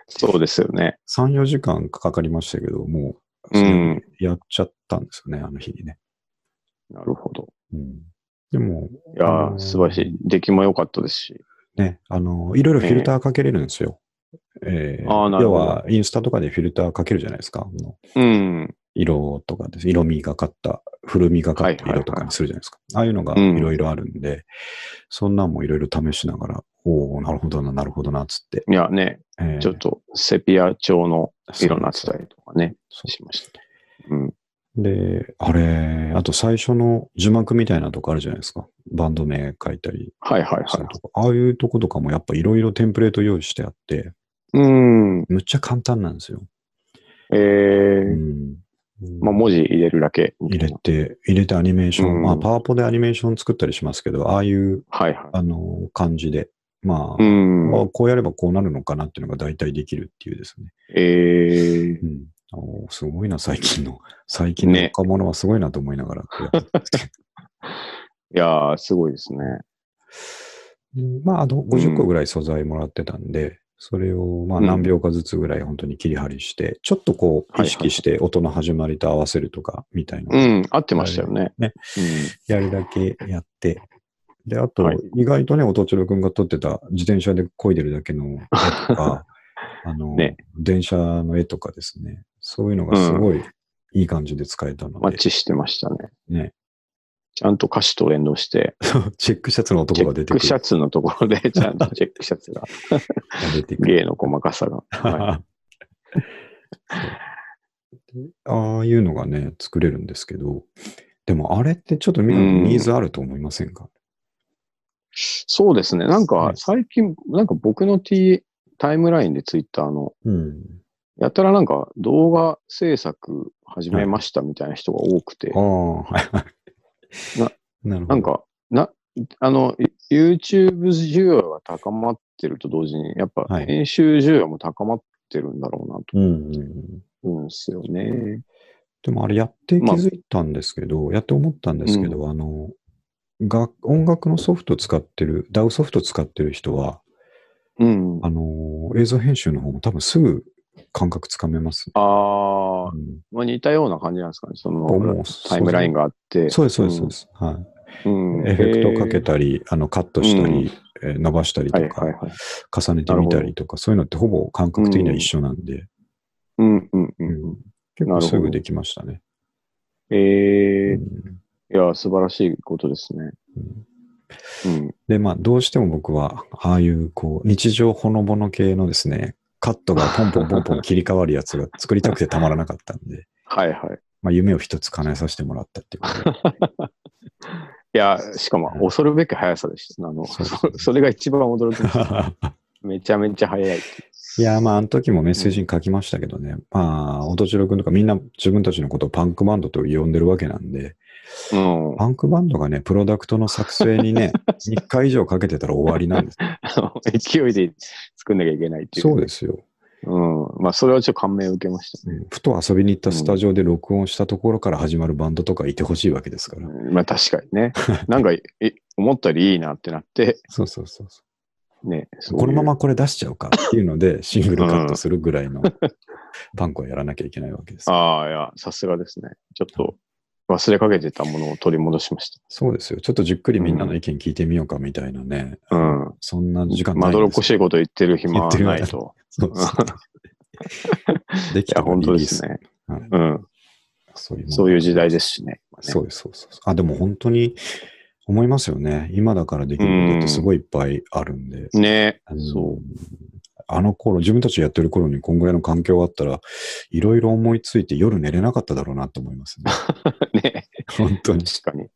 そうですよね。 3、4時間かかりましたけど、もう、うんやっちゃったんですよね、あの日にね。なるほど。うん、でも、いやーあのー素晴らしい。出来も良かったですし。ね、あの、いろいろフィルターかけれるんですよ。えーあーなる要ほどは、インスタとかでフィルターかけるじゃないですか。あのうん。色とかです。色味がかった、古みがかったはいはいは色いとかにするじゃないですか。ああいうのがうんいろいろあるんで、そんなんもいろいろ試しながら、おおなるほどな、なるほどな、つって。いやね、えーちょっとセピア調の色になってそうたりとかね、そうしました。うん。で、あれ、あと最初の字幕みたいなとこあるじゃないですか。バンド名書いたりはいはいするはとか。ああいうとことかもやっぱいろいろテンプレート用意してあって、うん。むっちゃ簡単なんですよ。えうー、ん。まあ文字入れるだけみ入たれいな。て、入れてアニメーション、うんまあ、パワポでアニメーション作ったりしますけど、ああいう、はいはあの、感じで、まあい。う、ん。まあこうやればこうなるのかなっていうのが大体できるっていうですね。えー、うん。おーすごいな、最近の。最近のね若者はすごいなと思いながら。こ れいやー、すごいですね。うんまあ、あの50個ぐらい素材もらってたんで、それをまあうん何秒かずつぐらい本当に切り張りして、ちょっとこうは意いはい識して音の始まりと合わせるとかみたいな、うん、合ってましたよね。ねやるだけやって、で、あと、はい意外とね、音千代くんが撮ってた自転車で漕いでるだけの絵と か、あの、ね電車の絵とかですね、そういうのがすごいいい感じで使えたうのん。マッで、チしてましたね。ね、ちゃんと歌詞と連動して、チェックシャツのチ男がェ出ッてくクる。シャツのとこ ろで、ちゃんとチェックシャツが、が出てくる。芸の細かさが。は そうああいうのがね、作れるんですけど、でもあれってちょっとみんなうんニーズあると思いませんかそうですね。なはんかい最近、なんか僕の T、タイムラインでツイッターの、うん。やたらなんか動画制作始めましたみたいな人が多くて、ああ、はいはい。なるほど。なんか、な、あの、YouTube 需要が高まってると同時に、やっぱはい編集需要も高まってるんだろうなとうん、うん。思うんですよね。でもあれやって気まあづいたんですけど、やって思ったんですけど、あの、が音楽のソフト使ってる、DAW ソフト使ってる人は、うん。あの映像編集の方も多分すぐ感覚つかめます、ああ、うんまあ、似たような感じなんですかね。そ思うの、タイムラインがあって。そうです、そうです、そうです。はい。うん。エフェクトかけりたり、あのカットしたり、えー伸ばしたりはといか、はいはい。重ねてみたりとか、そういうのってほぼ感覚的には一緒なんで、うんうんううんん。結構なるほどすぐできましたね。ええうんいや、素晴らしいことですね。うんうん。で、まあ、どうしても僕は、ああいう、こう、日常ほのぼの系のですね、カットがポンポンポンポ ン切り替わるやつが作りたくてたまらなかったんで、はいはい。まあ、夢を一つ叶えさせてもらったっていうことで。いや、しかもうん恐るべき速さでした。あの、そうですそそれが一番驚きま した。めちゃめちゃ速い。いやー、まあ、あの時もメッセージに書きましたけどね、まあ、音千代くんとかみんな自分たちのことをパンクバンドと呼んでるわけなんで、うん。パンクバンドがね、プロダクトの作成に ね、3日以上かけてたら終わりなんです。あの勢いで作んなきゃいけないっていう。そうですよ。す。うん。まあ、それはちょっと感銘を受けましたね。ふと遊びに行ったスタジオで録音したところから始まるバンドとかいてほしいわけですから。うんまあ、確かに ね。なんか、え思ったよりいいなってなって、そうそうそうそね。う。そういうこのままこれ出しちゃうかっていうの で、シングルカットするぐらいのパンクをやらなきゃいけないわけです。ああ、いや、さすがですね。ちょっと忘れかけてたものを取り戻しましそうですよ。ちょっとじっくりみんなの意見聞いてみようかみたいなね。た。うん。そんな時間ないまんどろっですこしいこと言ってる暇はないと。そうそう。でいきや、たら本リ当リでーすス。ね。はいうん。そういうもんそういう時代ですしね。そうです、そうですそうです。あ、でも本当に思いますよね。今だからできることってすごいいっぱいあるんで。ね。あのそう。あの頃、自分たちやってる頃にこんぐらいの環境があったら、いろいろ思いついて夜寝れなかっただろうなと思いますね。ね。本当に。確かに。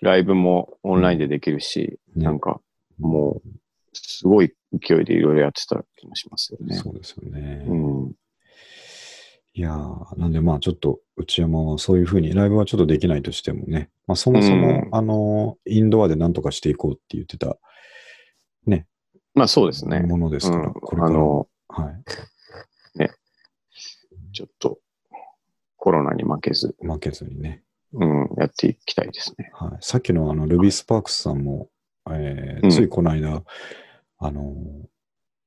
ライブもオンラインでできるし、ねなんか、もう、すごい勢いでいろいろやってた気もしますよね。そうですよね。うん。いやーなんでまあちょっと内山はそういうふうに、ライブはちょっとできないとしてもね、まあそもそも、うんあのー、インドアで何とかしていこうって言ってたまあそうですね。ものですうから、んこれあからも、の、はい、ちょっと、コロナに負けず、負けずにね。うん、やっていきたいですね。はい、さっきのあのルビー・スパークスさんも、えーうんついこの間、あの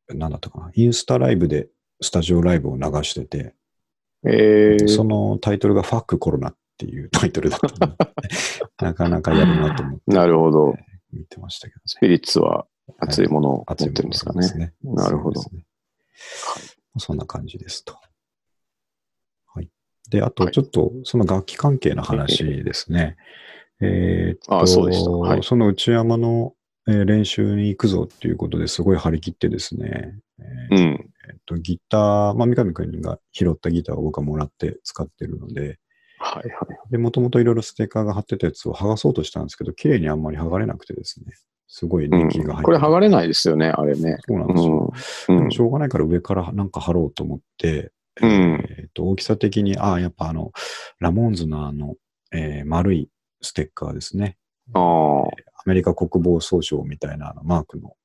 ー、なんだったかな、インスタライブでスタジオライブを流してて、えー、そのタイトルがファックコロナっていうタイトルだった のでなかなかやるなと思ってなるほど。見てましたけど、スピリッツは熱いものを持っ熱いてるんですかね。ね。なるほどそうですねそんな感じですと。はい。で、あと、はいちょっと、その楽器関係の話ですね。えーっとあそうでしたはいその内山の、えー練習に行くぞっていうことですごい張り切ってですね、えーうん。えーっと、ギター、まあ、三上くんが拾ったギターを僕はもらって使ってるので、はいはい。で、もともといろいろステッカーが貼ってたやつを剥がそうとしたんですけど、綺麗にあんまり剥がれなくてですね。すごいうん年季が入って、これ剥がれないですよね、あれね。そうなんうですよ。ん。うんしょうがないから上からなんか貼ろうと思って、うんえーと大きさ的に、ああ、やっぱあの、ラモーンズのあの、えー丸いステッカーですね。あーアメリカ国防総省みたいなあのマークの、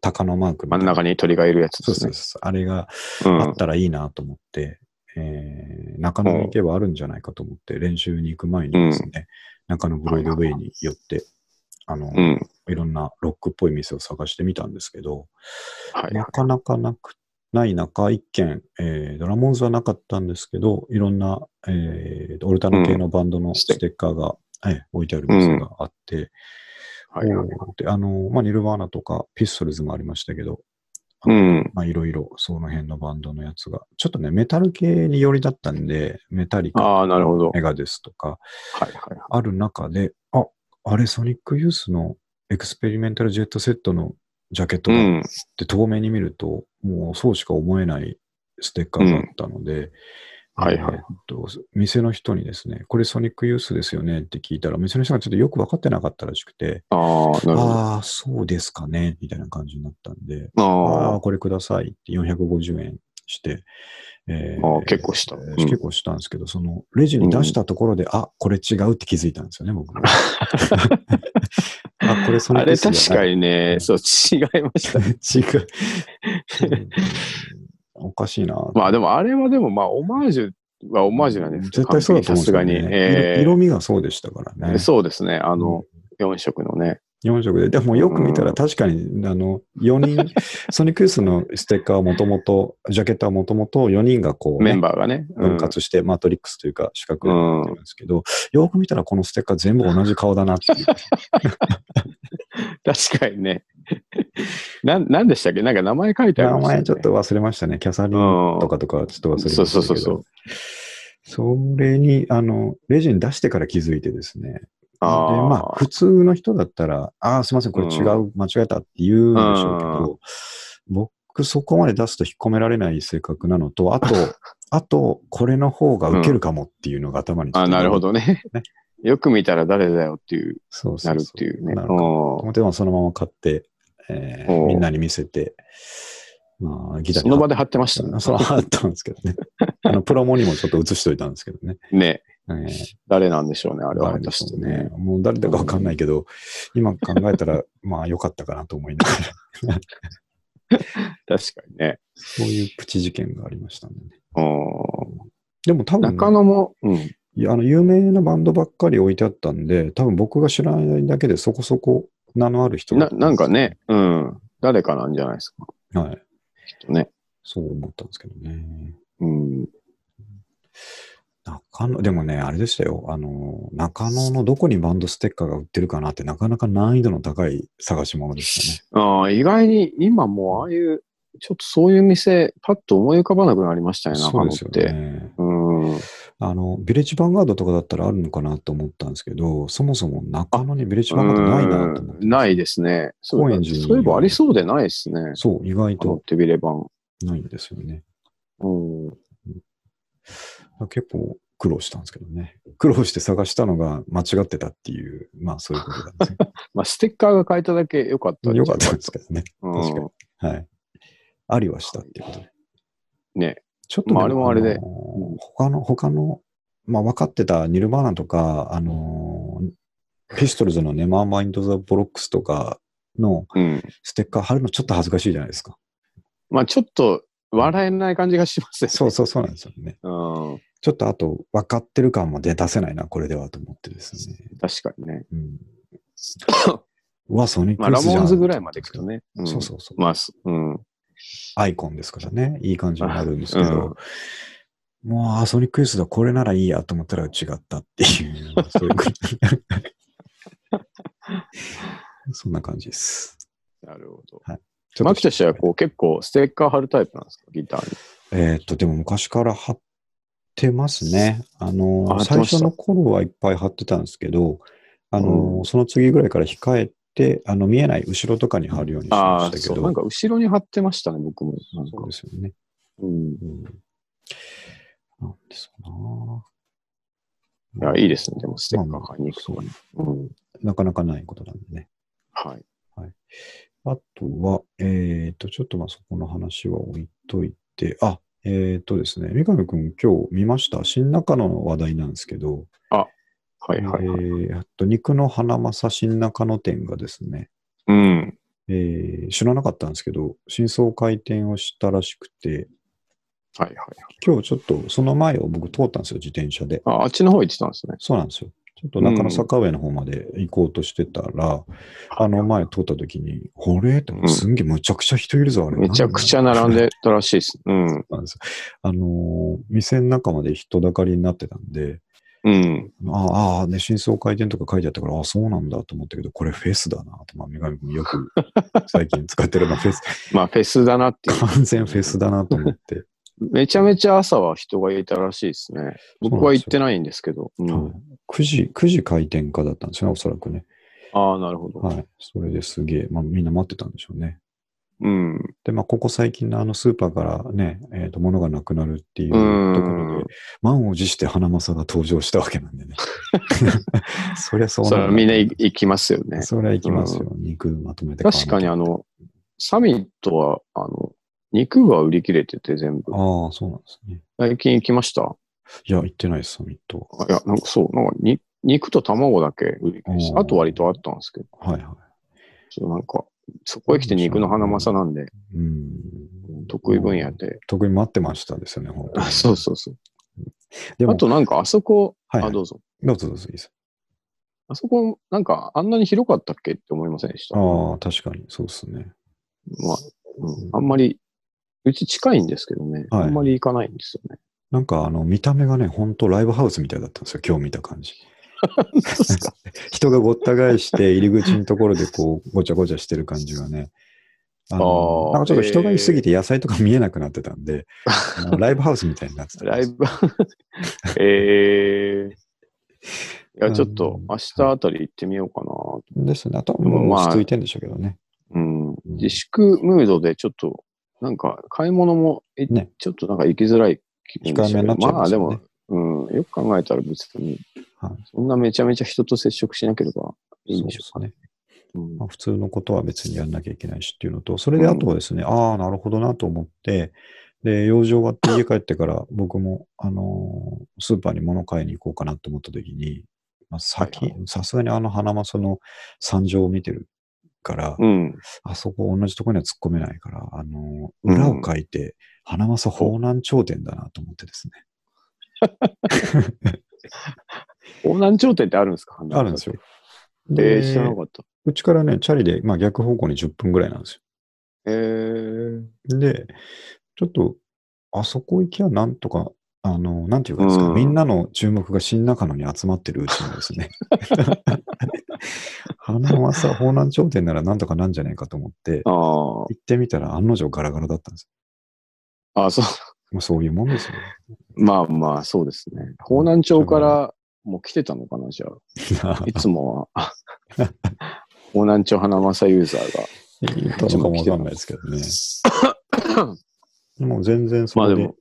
鷹のマークみたい真んな。中に鳥がいるやつそでうすそうね。そう。あれがうんあったらいいなと思って、えー中野に行けばあるんじゃないかと思って、練習に行く前にですね、中野ブロードウェイに寄って、あの、うん。いろんなロックっぽい店を探してみたんですけど、はい。なかなかなく、ない中、一軒、えードラモンズはなかったんですけど、いろんな、えーオルタナ系のバンドのステッカーが、ええ置いてある店があって、はいはい。おーであの、まあ、ニルバーナとかピストルズもありましたけど、うん。まあ、いろいろ、その辺のバンドのやつが、ちょっとね、メタル系に寄りだったんで、メタリカ、ああ、なるほど。メガデスとか、はいはい。ある中で、あ、あれ、ソニックユースのエクスペリメンタルジェットセットのジャケットうだん。で、透明に見ると、もうそうしか思えないステッカーだったので、はいえはいーっと店の人にですね、これソニックユースですよねって聞いたら、店の人がちょっとよく分かってなかったらしくて、ああ、なるほど。ああ、そうですかね、みたいな感じになったんで、あああー、これくださいって450円して、えあー結構したえーうん結構したんですけど、そのレジに出したところで、あ、これ違うって気づいたんですよね、僕 も。 あ、これソニックユあ。あーれスじゃない確かにね、そう、違いました。違う。おかしいな。まあでもあれはでもまあオマージュはオマージュなんです絶対そうだと思うんですよねさすがに。えー色色味がそうでしたからね。そうですね。あの、4色のね。 4色で。でもよく見たら確かに、あの、4人、 ソニックユースのステッカーはもともと、ジャケットはもともと4人がこうね、メンバーがね。うん分割して、マトリックスというか、四角になってるんですけど、よく見たらこのステッカー全部同じ顔だなっていう。確かにね。 なん、なんでしたっけなんか名前書いてあり名まし前たよねちょっと忘れましたね。キャサリンとかとかちょっと忘れましたけど。そうそうそうそうそれに、あの、レジに出してから気づいてですね。あでーまあ、普通の人だったら、ああ、すいません、これ違う、間違えたって言うんでしょうけど、僕、そこまで出すと引っ込められない性格なのと、あ と、あと、これの方が受けるかもっていうのが頭につあ、なるほ。どねね。よく見たら誰だよっていう、そうそなうるそっう。ていうね。なるかもうんでもそのまま買って、えーおうみんなに見せて、まあ、ギターそに貼のっ場で貼ってましたね。そのあったんですけど ね。あのプロモにもちょっと映しといたんですけどね。ね。えー誰なんでしょうね、あれは。誰で果したょてうね。もう誰だかわかんないけど、今考えたら、まあ良かったかなと思いながら、確かにね。そういうプチ事件がありましたんでね。うんでも多分、中野も、うん。いやあの有名なバンドばっかり置いてあったんで、多分僕が知らないだけでそこそこ名のある人だな、ったですなんか。ね、うん。誰かなんじゃないですか。はい。きっとね。そう思ったんですけどね。うん。中野、でもね、あれでしたよ。あの、中野のどこにバンドステッカーが売ってるかなって、なかなか難易度の高い探し物でしたね。ああ、意外に今もうああいう、ちょっとそういう店、パッと思い浮かばなくなりましたね、そ中う野でっすよて。ね。うん。あの、ビレッジヴァンガードとかだったらあるのかなと思ったんですけど、そもそも中野にビレッジヴァンガードないなと思っうて。んないですね。そう高円寺にそういえばありそうでないですね。そう、意外あのと手びれ版。ないんですよね。うん。結構苦労したんですけどね。苦労して探したのが間違ってたっていう、まあそういうことなん ですね。まあ、ステッカーが変えただけ良かったよかったんうですけどね。ん確かに。はい。ありはしたっていうことで。ね。ちょっとでまああれもあれでのー他の、他の、まあ分かってたニルバーナとか、あのーピストルズのネマーマインド・ザ・ボロックスとかのうん。ステッカー貼るのちょっと恥ずかしいじゃないですか。まあ、ちょっと笑えない感じがしますね。そうそうそうなんですよね。うん。ちょっとあと分かってる感も出出せないな、これではと思ってですね。確かにね。 うん。うわ、ソニックまあ、ラスじゃんモーンズぐらいまでいくとね。んそうそうそう。まあ、すうん。アイコンですからね。いい感じになるんですけあど。もう、あ、ソニックユースだ、これならいいやと思ったら違ったっていう、そういうこと そんな感じです。なるほど。ちょっとマキとしては、こう、結構、ステッカー貼るタイプなんですかギターに。えーっと、でも昔から貼ってますね。あのあ貼ー、って最ました初の頃はいっぱい貼ってたんですけど、あのー、うその次ぐらいから控えて、あの、見えない後ろとかに貼るようにしまあしあ、たけそど、う。なんか、後ろに貼ってましたね、僕も。なんかそうですよね。うん。いうん。なんですかなや、いいですね。でも、ステッカー買いに行くとそかうね。うん。なかなかないことなんでね。はい。はい。あとは、えっ、と、ちょっとまあそこの話は置いといて、あ、えっ、とですね、三上くん今日見ました。新中野の話題なんですけど、はいはいはい。えーあと肉の花正新中野店がですね、うん。えー知らなかったんですけど、新装開店をしたらしくて、はいはい。今日ちょっとその前を僕通ったんですよ、自転車で。あ、あっちの方行ってたんですね。そうなんですよ。ちょっと中野坂上の方まで行こうとしてたら、あの前通った時に、これってすんげえむちゃくちゃ人いるぞ、あれ。めちゃくちゃ並んでたらしいです。うん。なんですよ。あのー店の中まで人だかりになってたんで、うん。ああ、ああ、ね、真相回転とか書いてあったから、ああ、そうなんだと思ったけど、これフェスだなと、まあ、女神君よ く最近使ってるのはフェス、まあ、フェスだなっていう。完全フェスだなと思って。めちゃめちゃ朝は人がいたらしいですね。僕は行ってないんですけど。うんはい9時、9時開店かだったんですよね、おそらくね。ああ、なるほど。はい。それですげえ、まあ、みんな待ってたんでしょうね。うん。で、まあ、ここ最近のあのスーパーからね、えっ、と、物がなくなるっていうとうこんろで、満を持して花正が登場したわけなん でね。そりゃそうそれなはんだみんな行きますよね。そりゃ行きますよ。肉まとめて買わな確きゃかにあの、サミットは、あの、肉が売り切れてて全部。ああ、そうなんですね。最近行きましたいや、行ってないです、サミットあいや、なんかそう、なんかに肉と卵だけ売り切れしおーあと割とあったんですけど、は。はいはちょっとなんか、そこへ来て肉の花まさなんで、い。うん。得意分野で。特に待ってましたですよね、本当に。あそうそうそう。でもあとなんかあそこ、はいはいあ、どうぞ。どうぞどうぞいいです。あそこ、なんかあんなに広かったっけって思いませんでした。ああ、確かに、そうですね。まあ、うん、あんまり、うち近いんですけどね、はいあんまり行かないんです よね。なんか、あの、見た目がね、本当ライブハウスみたいだったんですよ、今日見た感じ。そうですか。人がごった返して、入り口のところでこう、ごちゃごちゃしてる感じがね。あのあーなんかちょっと人がいすぎて野菜とか見えなくなってたん で、あのライブハウスみたいになってたんラでイす。ブ、 えうー。いんや、ちょっと明日あたり行ってみようかなですね。あとはでももうまあ落ち着いてんでしょうけどね。。うん。自粛ムードでちょっと、なんか買い物も、えねちょっとなんか行きづらい気分でしたけど控えめになっちゃいままあすでよねも、うん、よく考えたら別にはい、そんなめちゃめちゃ人と接触しなければいいんでしょそうかうですね。ね。まあ、普通のことは別にやんなきゃいけないしっていうのと、それであとはですね、ああ、なるほどなと思って、で、用事終わって家帰ってから、僕も、あのースーパーに物買いに行こうかなと思った時に、まあ、は先い、さすがにあの花正の惨状を見てるから、うん。うん。あそこ同じとこには突っ込めないから、あのーうん裏を書いて、花正方南頂点だなと思ってですね。大南頂点ってあるんですかあるんですよ。。えー、で知らなかった。うちからね、チャリで、まあ、逆方向に10分ぐらいなんですよえー。で、ちょっと、あそこ行きゃなんとか、あの、なんていうかですか、うんみんなの注目が新中野に集まってるうちにです ね。花はさ、方南頂点ならなんとかなんじゃないかと思って、あー行ってみたら案の定ガラガラだったんです。あー、そう。 まあ、そういうもんですよ、まあまあ、そうですね。方南町からもう来てたのかな、じゃあ。 いつもは。 方南町花正ユーザーいが。たのかもわかんないですけどね。 もう全然そまあれでで、も、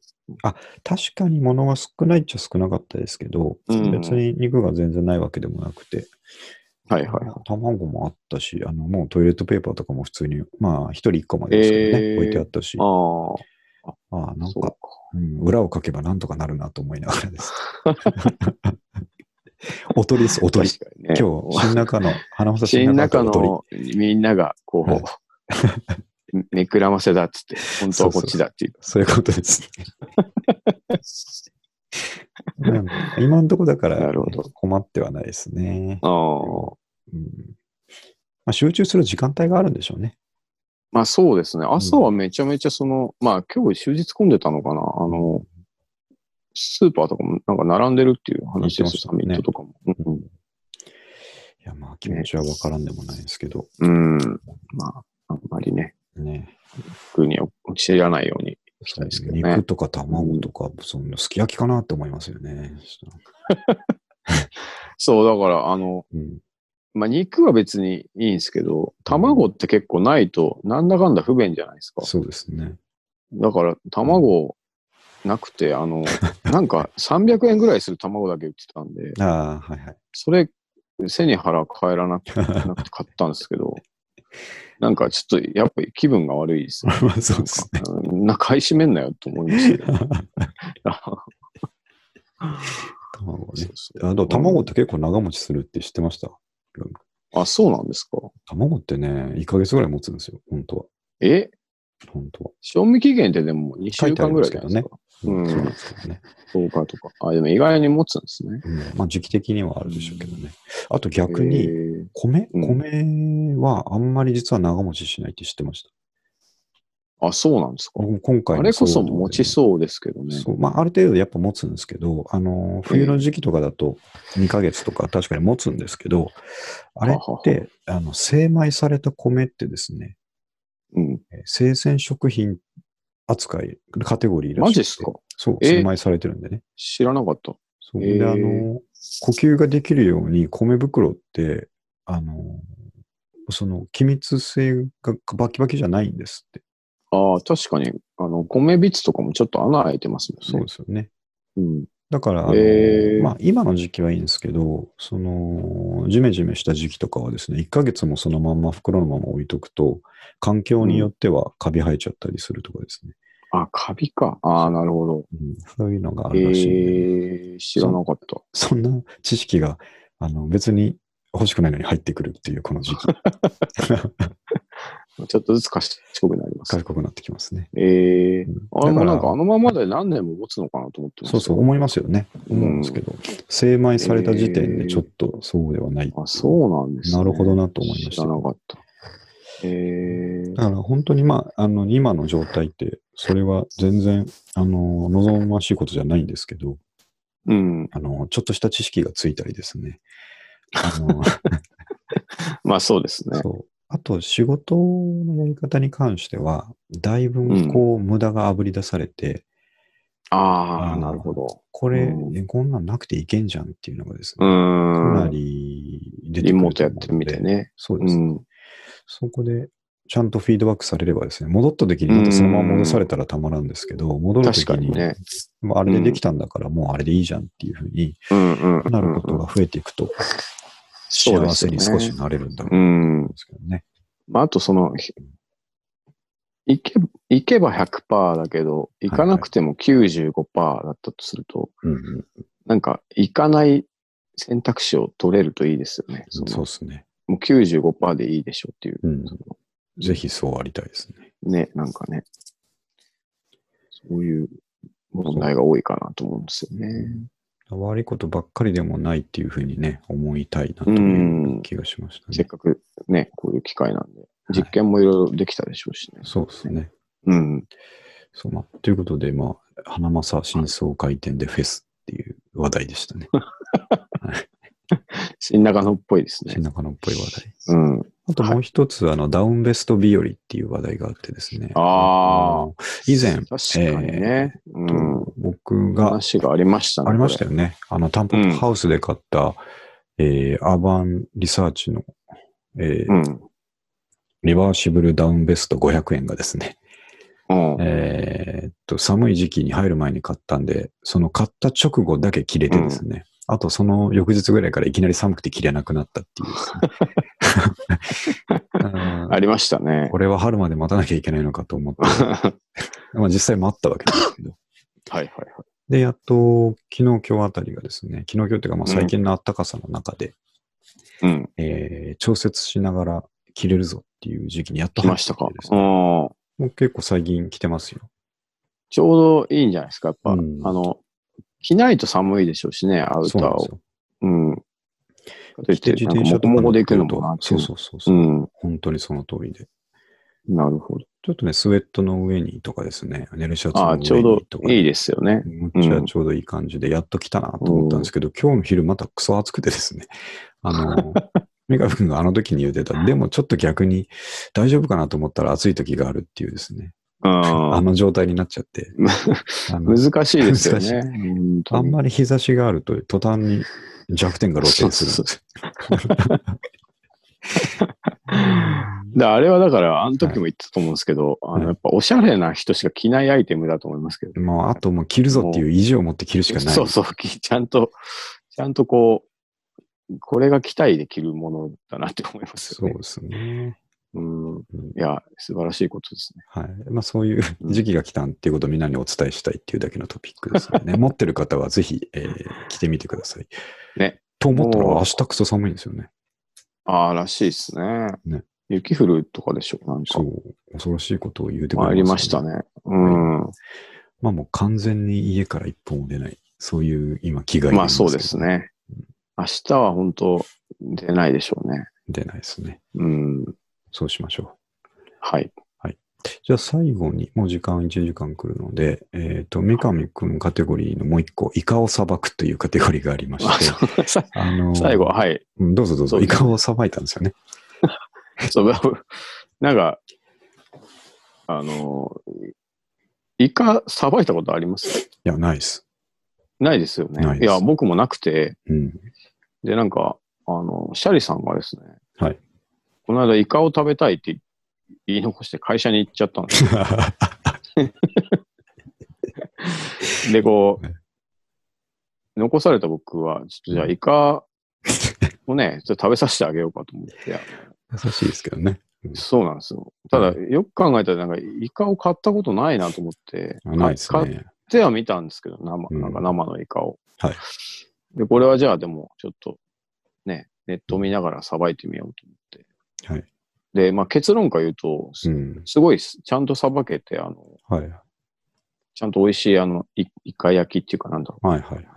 確かに物が少ないっちゃ少なかったですけど、うん別に肉が全然ないわけでもなくて、はいはい。卵もあったし、あの、もうトイレットペーパーとかも普通に、まあ、一人一個までですけどね、えー置いてあったし、あああ、あ、なんそうかか、。うん、裏を書けばなんとかなるなと思いながらです。 おとりです、おとり。確かにね。今日、新中の、花正新中おとりのみんなが、こう、 はいめくらませだっつって、本当はこっちだっていう。そういうこと ですね。なんか今のとこだから、なるほど困ってはないですね。ああ。うんまあ、集中する時間帯があるんでしょうね。まあそうですね。朝はめちゃめちゃその、まあ今日終日混んでたのかな。あの、スーパーとかもなんか並んでるっていう話です言よ、サってミまッしたねトとかも。うんいや、まあ、気持ちはわからんでもないですけど、うん。まあ、あんまりね、ね。服に陥らないようにしそたうでいですすけねど肉ね。とか卵とか、そのすき焼きかなって思いますよね。そう、だから、あの、うん、まあ、肉は別にいいんですけど、卵って結構ないと、なんだかんだ不便じゃないですか。そうですね。だから、卵なくて、あ の、なんか300円ぐらいする卵だけ売ってたんで、ああ、はいはい。 それ、背に腹変えらなくなくて買ったんですけど、なんかちょっとやっぱり気分が悪い ですね。まあそうですね。なんかうんなんか買い占めんなよと思います よ卵そねう。そうあでも卵って結構長持ちするって知ってましたあ、そうなんですか。卵ってね、1ヶ月ぐらい持つんですよ、本当は。え本当は。賞味期限ってでも2週間ぐらいじゃないですか。うんそうなんですけどね。 10日とか。あ、でも意外に持つんですね。うんまあ時期的にはあるでしょうけどね。あと逆へに、ー米、うん米はあんまり実は長持ちしないって知ってました。あ、そうなんですか。僕も今回あのれこそ騒動で持ちそうですけどね。そうまあ、ある程度やっぱ持つんですけど、あのー冬の時期とかだと2ヶ月とか確かに持つんですけど、あれってあの精米された米ってですね、うん。えー生鮮食品扱い、カテゴリーらマしくてジっすかそう、え精米されてるんでね。知らなかった。そうえで、ーあのー呼吸ができるように米袋って、あのーその気密性がバキバキじゃないんですって。ああ、確かに、あの、米ビツとかもちょっと穴開いてますもんね。そうですよね。うん。だから、あのへーまあ、今の時期はいいんですけど、その、ジメジメした時期とかはですね、1ヶ月もそのまんま袋のまま置いとくと、環境によってはカビ生えちゃったりするとかですね。あ、カビか。ああ、なるほど。うんそういうのがあえるらしいんで、ー、知らなかった。そんな知識が、あの、別に欲しくないのに入ってくるっていう、この時期、ちょっとずつ賢くなります。賢くなってきますね。えーう、んあだかれもらなんかあのままで何年も持つのかなと思ってました。そうそう、思いますよね。思うんですけど、精米された時点でちょっとそうではない。あ、そうなんです、ね。なるほどなと思いました知らなかった。えー、だから本当にまあ、あの、今の状態って、それは全然、あの、望ましいことじゃないんですけど、うん。あの、ちょっとした知識がついたりですね。あ の、まあそうですね。そう。あと、仕事のやり方に関しては、だいぶこう、無駄があぶり出されて、あああ、ーなるほど。これ、うんえこんなんなくていけんじゃんっていうのがですうね、かー。なんり出てくると思うのでリモートやってみて。ね。そううですね。ん。そこで、ちゃんとフィードバックされればですね、戻った時にまたそのまま戻されたらたまらんですけど、戻る確時かにに、ね。まあ、あれでできたんだから、もうあれでいいじゃんっていうふうにうんうんうん。なることが増えていくと、そう幸ですせよねに少しなれるんだろううと思んうん。ですけどね。まあ、あとその、ひ行け行けば100%だけど、行かなくても95%だったとすると、うんうんなんか行かない選択肢を取れるといいですよね。そのそうですね。もう95%でいいでしょうっていう。うんそのぜひそうありたいですね。ね、なんかね、そういう問題が多いかなと思うんですよね。悪いことばっかりでもないっていうふうにね、思いたいなとういんう気がしましたせっね。かくね、こういう機会なんで、実験もいろいろできたでしょうしね。そうですね。うん。そうまあ、ということで、まあ、花正真相回転でフェスっていう話題でしたね。新中野っぽいですね新。中野っぽい話題。うん。あともう一つ、あの、ダウンベスト日和っていう話題があってですね。あーの以前、確かにね。うん。僕が、話がありましたね。ありましたよ。よね。あの、タンポポハウスで買った、えーアーバンリサーチの、えーうん。リバーシブルダウンベスト500円がですね、うん。えーっと、寒い時期に入る前に買ったんで、その買った直後だけ切れてですね、あとその翌日ぐらいからいきなり寒くて切れなくなったっていうです ね うんありましたね こ。れは春まで待たなきゃいけないのかと思って、はいまあ実際待ったわけです けど。はいはい。で、やっと昨日今日あたりがですね、昨日今日っていうかまあ最近の暖かさの中で、うん。えー調節しながら着れるぞっていう時期にやっと来ましたか。入うってんき。てですねちょもう結構最近着てますよ。うどいいんじゃないですか。やっぱ、うんあの、着ないと寒いでしょうしね、アウそタうなーんです。をよ。うん。かといって、自なんか転車モコとかモコ乗でっ行てくのるもなとっ。ていそうう。そうそうそう、うん。本当にその通りで。なるほど。ちょっとね、スウェットの上にとかですね、寝るシャツああ、ちょの上にうとか、どいいですよね。むっちゃちょうどいい感じで、やっと来たなと思ったんですけど、今日の昼またクソ暑くてです ね、あの、メガ君があの時に言ってた、でもちょっと逆に大丈夫かなと思ったら暑い時があるっていうですね、 あうん。の状態になっちゃって、 あの難しいですよね。難本当あんにまり日差しがあると途端に弱点が露呈するんですそよう。で、あれはだから、あの時も言ったと思うんですけど、いあの、やっぱおしゃれな人しか着ないアイテムだと思いますけど。 まあ、あともう着るぞっていう意地を持って着るしかない。そうそう、きちゃんと、ちゃんとこう、これが期待できるものだなって思いますそようね。ですね。うん。いや、素晴らしいことですね。はい。まあそういう時期が来たんっていうことをみんなにお伝えしたいっていうだけのトピックです よね。持ってる方はぜひ、えー来てみてください。ね。と思ったらおー明日クソ寒いんですよね。ああ、らしいですね。ね雪降るとかでしょ、なんかそ。う。恐ろしいことを言うてくれ参りましたね。ね。うん。まあもう完全に家から一歩も出ない。そういう今気概まあそうですね。ね。明日は本当出ないでしょうね。出ないですね。うん。そうしましょう。はい。じゃあ最後に、もう時間1時間来るので、えっ、と、三上くんカテゴリーのもう一個、イカをさばくというカテゴリーがありま あして、そうさあのー最後、はい。うんどうぞどうぞ、そうでイすねカをさばいたんですよね。そう、なんか、あの、イカさばいたことありますいや、ないです。ないですよね。ないいですや、僕もなくて、うん。で、なんか、あの、シャリさんがですね、はい。この間イカを食べたいって言い残して会社に行っちゃったんですよ。で、こ ねう、残された僕は、ちょっとじゃあイカをね、ちょっと食べさせてあげようかと思って、優しいですけどね。そうなんですよ。ただ、よく考えたら、なんか、イカを買ったことないなと思って、あないですか買っね。ては見たんですけど、生、うんなんか生のイカを。はいで、これはじゃあ、でも、ちょっと、ね、ネットを見ながらさばいてみようと思って。はい。で、まあ、結論から言うと、すうん。すごいす、ちゃんとさばけて、あの、はい。はいちゃんと美味しい、あの、イイカ焼きっていうか、なんだろはいはい。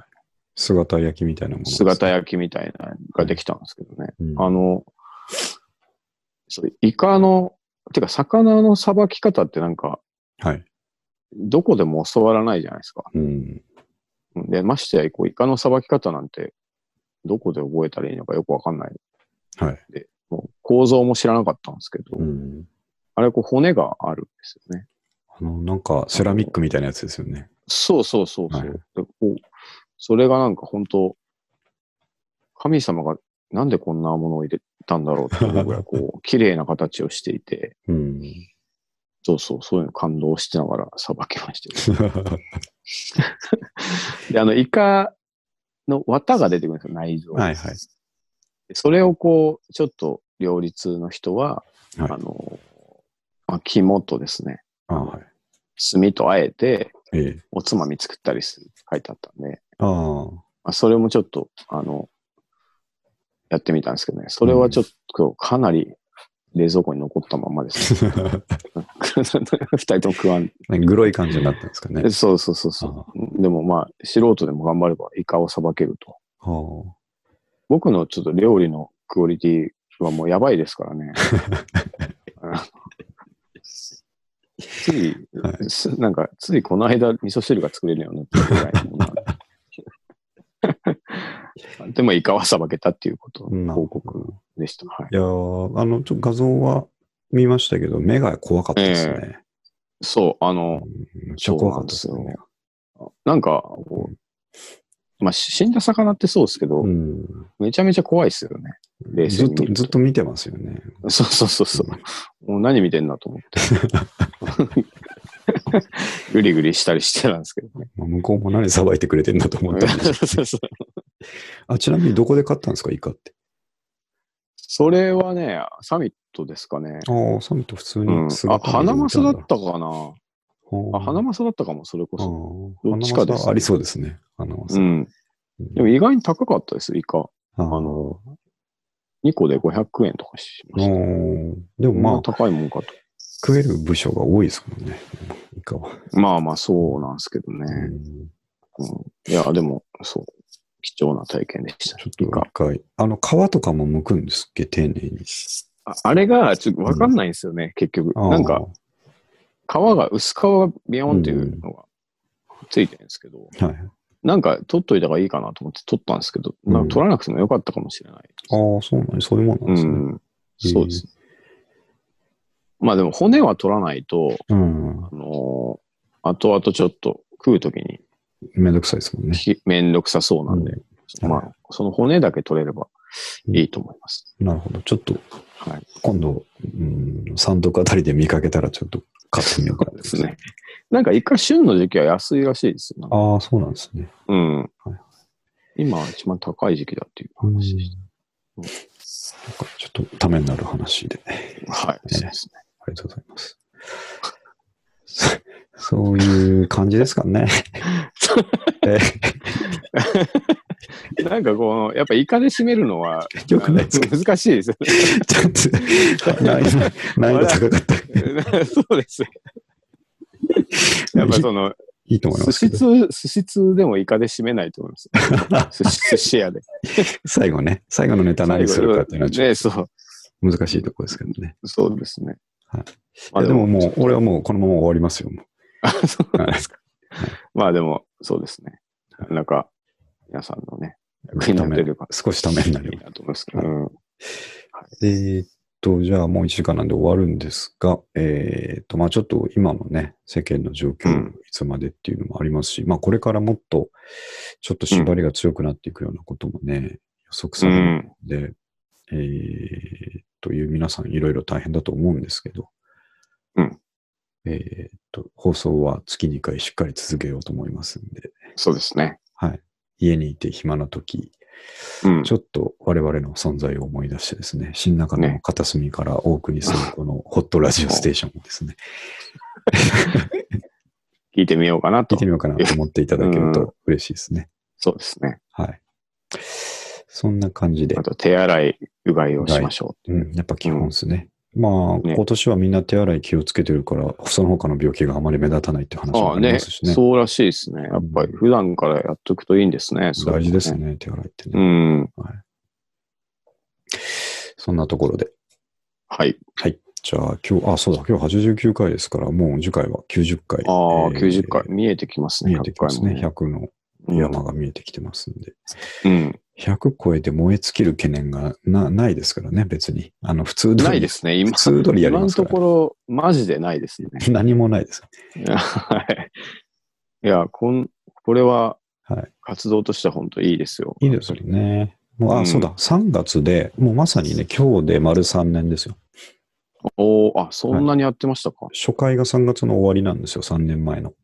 姿焼きみたいなものう、です。姿焼きみたいなのができたんですけどね。うんあの、そうイカの、てか、魚のさばき方ってなんか、はい。どこでも教わらないじゃないですか。うん。で、ましてや、こう、イカのさばき方なんて、どこで覚えたらいいのかよくわかんない。はい。もう構造も知らなかったんですけど、うん。あれ、こう、骨があるんですよね。あの、なんか、セラミックみたいなやつですよね。そうそうそうそう、はいでこう。それがなんか本当、神様がなんでこんなものを入れたんだろうっていうぐら い、こう、綺麗な形をしていて、うん。 そうそう、そういうの感動しながらさばきましたよ。で、あの、イカの綿が出てくるんですよ、内臓。はいはい。それをこう、ちょっと両立の人は、はいあの、まあ、肝とですね、あはい。炭とあえて、ええ。おつまみ作ったりするって書いてあったんで、ああ。まあ、それもちょっと、あの、やってみたんですけどね、それはちょっとかなり冷蔵庫に残ったまんまです。 二人とも食わん。 なんかグロい感じになったんですかね。そうそうそうあそう。でもまあ、素人でも頑張ればイカをさばけると。あー僕のちょっと料理のクオリティはもうやばいですからね。あのつい、はすなんか、ついこの間、味噌汁が作れるようになったぐらいのものなんで。でも、イカはさばけたっていうこと、な報告でした。はいいやーあの、ちょっと画像は見ましたけど、目が怖かったですね。そう、あの、めっちゃ怖かったですね。なんかこう、まあ、死んだ魚ってそうですけど、うんめちゃめちゃ怖いですよね。冷静ずにっ見ると、ずっと見てますよね。そうそうそうそう。もう何見てんだと思 って。ぐりぐりしたりしてたんですけどね。まあ向こうも何さばいてくれてんだと思ったんでそうそう あ、ちなみにどこで買ったんですか、イカって。それはね、サミットですかね。ああ、サミット普通うんに、あ、花マスだっあたかな。あ、花マスだったかも、それこそ。どどっちかですありそうですね。花マス。うん。でも意外に高かったです、イカ。ああの、2個で500円とかしました。のでもままあ、あ、高いもんかと。食える部署が多いですもんね、イカは。まあまあ、そうなんですけどうね。んうん、いや、でも、そう。貴重な体験でした。ちょっとイ一カ。回、あの、皮とかも剥くんですっけ、丁寧に。ああれが、ちょっとわかんないんですよね、結局。あーなんか、、皮が、薄皮がビヨーンっていうのがついてるんですけど、はい。なんか取っといた方がいいかなと思って取ったんですけど、なんか取らなくてもよかったかもしれないです。ああ、そうなんそういうもんなんうですね。ん。そうですね。まあでも骨は取らないと、うん。あのー後々ちょっと食うときにめんどくさいですもんね。ひめんどくさそうなんで、うんまはあその骨だけ取れればいいと思います。なるほど。ちょっと、はい。今度、うん、三徳あたりで見かけたら、ちょっと買ってみようかそうですね。。なんか一回旬の時期は安いらしいですよ。ああ、そうなんですね。うんはい。今一番高い時期だっていううん。話でした。なんかちょっちょっとためになる話で、はい。ねそうですね。ありがとうございます。 そそういう感じですかね。 えなんかこの、やっぱイカで締めるのは、 よくないですか難しいですよちょっと、難易度難易度高かった。ね。 そうです。やっぱ その、いいと思い寿ますけ司ど。通、寿司通でもイカで締めないと思いま す。寿司寿司屋で。最後ね、最後のネタ何するかっていうのはちょっね、そう。と難しいところですけどね。そうですね。はいいやまあででもも、 もう、俺はもうこのまま終わりますよ。もあそう うはいまあでも、そうですね。なんか、皆さん のね、役にた立てめれば少しためになりいいまなと思いますけど。うんす。えーっと、じゃあもう1時間なんで終わるんですが、えーっと、まあちょっと今のね、世間の状況、うんいつまでっていうのもありますし、まあこれからもっと、ちょっと縛りが強くなっていくようなこともね、予測さうれるん。ので、えー、という皆さんいろいろ大変だと思うんですけど、うんえーっと、放送は月2回しっかり続けようと思いますんで、そうですね。はい。家にいて暇な時、うんちょっと我々の存在を思い出してですね、新中野のね片隅からお送りするこのホットラジオステーションをですね、聞いてみようかな聞といて。みようかなと思っていただけ ると嬉しいですね。そうですね。はい。そんな感じであ、と、手洗い、うがいをしましょうん、やっぱ基本ですね。まあ、ね今年はみんな手洗い気をつけてるから、その他の病気があまり目立たないっていうう。話あもあありまね、すしね。そうらしいですね。やっぱり、普段からやっとくといいんですね。そういうの大事です。ね、手洗いってうね。ん。そんなところで。はい。はい。じゃあ今日、あ、そうだ、今日89回ですから、もう次回は90回。ああ、えー90回。見えてきますね。見えてきますね。 100 100の回もね。山が見えてきてますんで。うん。 100超えて燃え尽きる懸念がなないですからね、別に。あの、普通通り。ないで。すね。今、普通通りやりますから今のところ、マジでないですね。何もないです。はい。いや、こん、これははい、活動としては本当いいですよ。いいですよね。もう、あ、うんそうだ、3月で、もうまさにね、今日で丸3年ですよ。おおあ、そんなにやってましたか。初回が3月の終わりなんですよ、3年前の。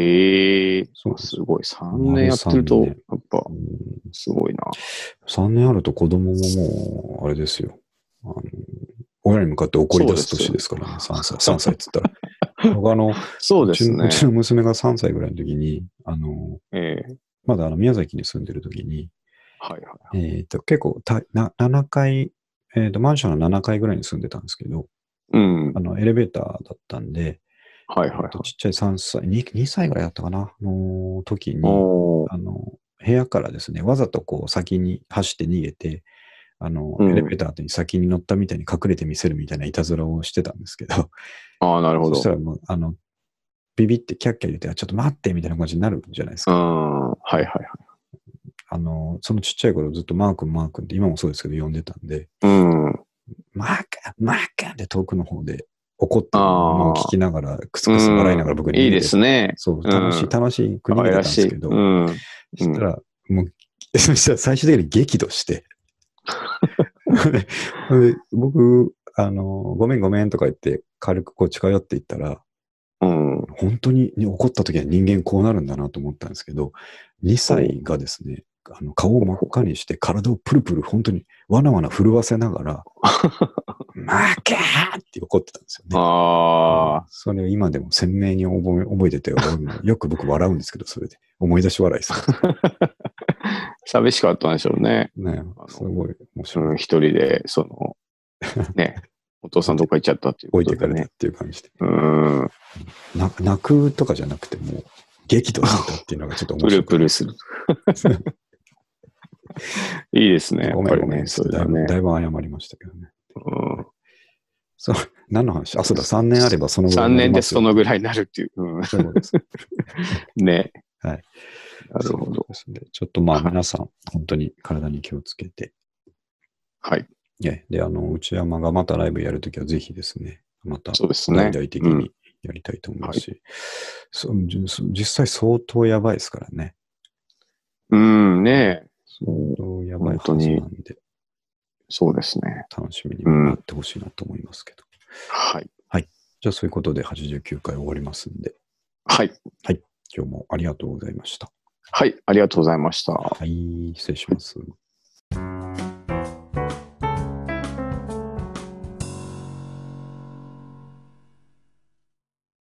ええそうですすごい。3年やってると、丸や三っぱ、うんすごいな。 3年あると子供ももう、あれですよ。あの親に向かって怒り出す年ですからね、3歳、3歳って言 ったら。僕あの、そうでうちすのうね。ちの娘が3歳ぐらいの時に、あの、ええまだあの宮崎に住んでる時に、はいはい。えっ、と、結構たな、7階、えっ、と、マンションの7階ぐらいに住んでたんですけど、うん。あの、エレベーターだったんで、はいはいはいえーと。ちっちゃい3歳2、2歳ぐらいだったかな、の時に、おーあの、部屋からですね、わざとこう先に走って逃げて、あの、うんエレベーターに先に乗ったみたいに隠れてみせるみたいないたずらをしてたんですけど、ああ、なるほそど。したらもう、あの、ビビってキャッキャ言って、あちょっと待ってみたいな感じになるじゃないですうか。ん。はいはいはい。あの、そのちっちゃい頃ずっとマー君マー君って今もそうですけど呼んでたんで、うん。マー君マー君って遠くの方で怒ってるのを聞きながら、クスクス笑いながら僕にいいですね。ね。そう、うん楽しい、楽しい国可でたん愛らでしすい。けど、うん。そしたら、もう、そしたら最終的に激怒して。 で僕、あの、ごめんごめんとか言って、軽くこう近寄っていったら、うん。本当に怒った時は人間こうなるんだなと思ったんですけど、2歳がですね、あの顔を真っ赤にして体をプルプル本当にわなわな震わせなが ら、負けーって怒ってたんですよね。ああ、それを今でも鮮明に覚え覚えてて、俺もよく僕笑うんですけど、それで。思い出し笑いです。寂しかったんでしょうね。 ね、すごい面そ白い。の一人で、その、 ね、お父さんどっか行っちゃったっていう置こいてとかでれたっね。ていう感じで。うん。な泣くとかじゃなくて、もう激怒してたっていうのがちょっと面プ白ルい。プルする。 いいですね。やごっめぱんごりめね、ん。そちょれっとだだいぶね。だいぶ謝りましたけどね。うんそう、何の話あ、そうだ、3年あればそのぐらい3になり年でますそよ。のぐらいになるっていう。うんそういうことです。ね。はい。 なるほど。そうですねちょっとまあはい皆さん、本当に体に気をつけて。はい。ねで、あの、内山がまたライブやるときはぜひですね、また、そうですね大。々的うにんやりたいと思うし、そうじ実際相当やばいですからね。うん、ね相当やばいはず本当になんで、そうですね。楽しみにもなってほしいなと思いますけど。はい。じゃあそういうことで89回終わりますんで、はい。今日もありがとうございました。はい。ありがとうございました。はい、失礼します。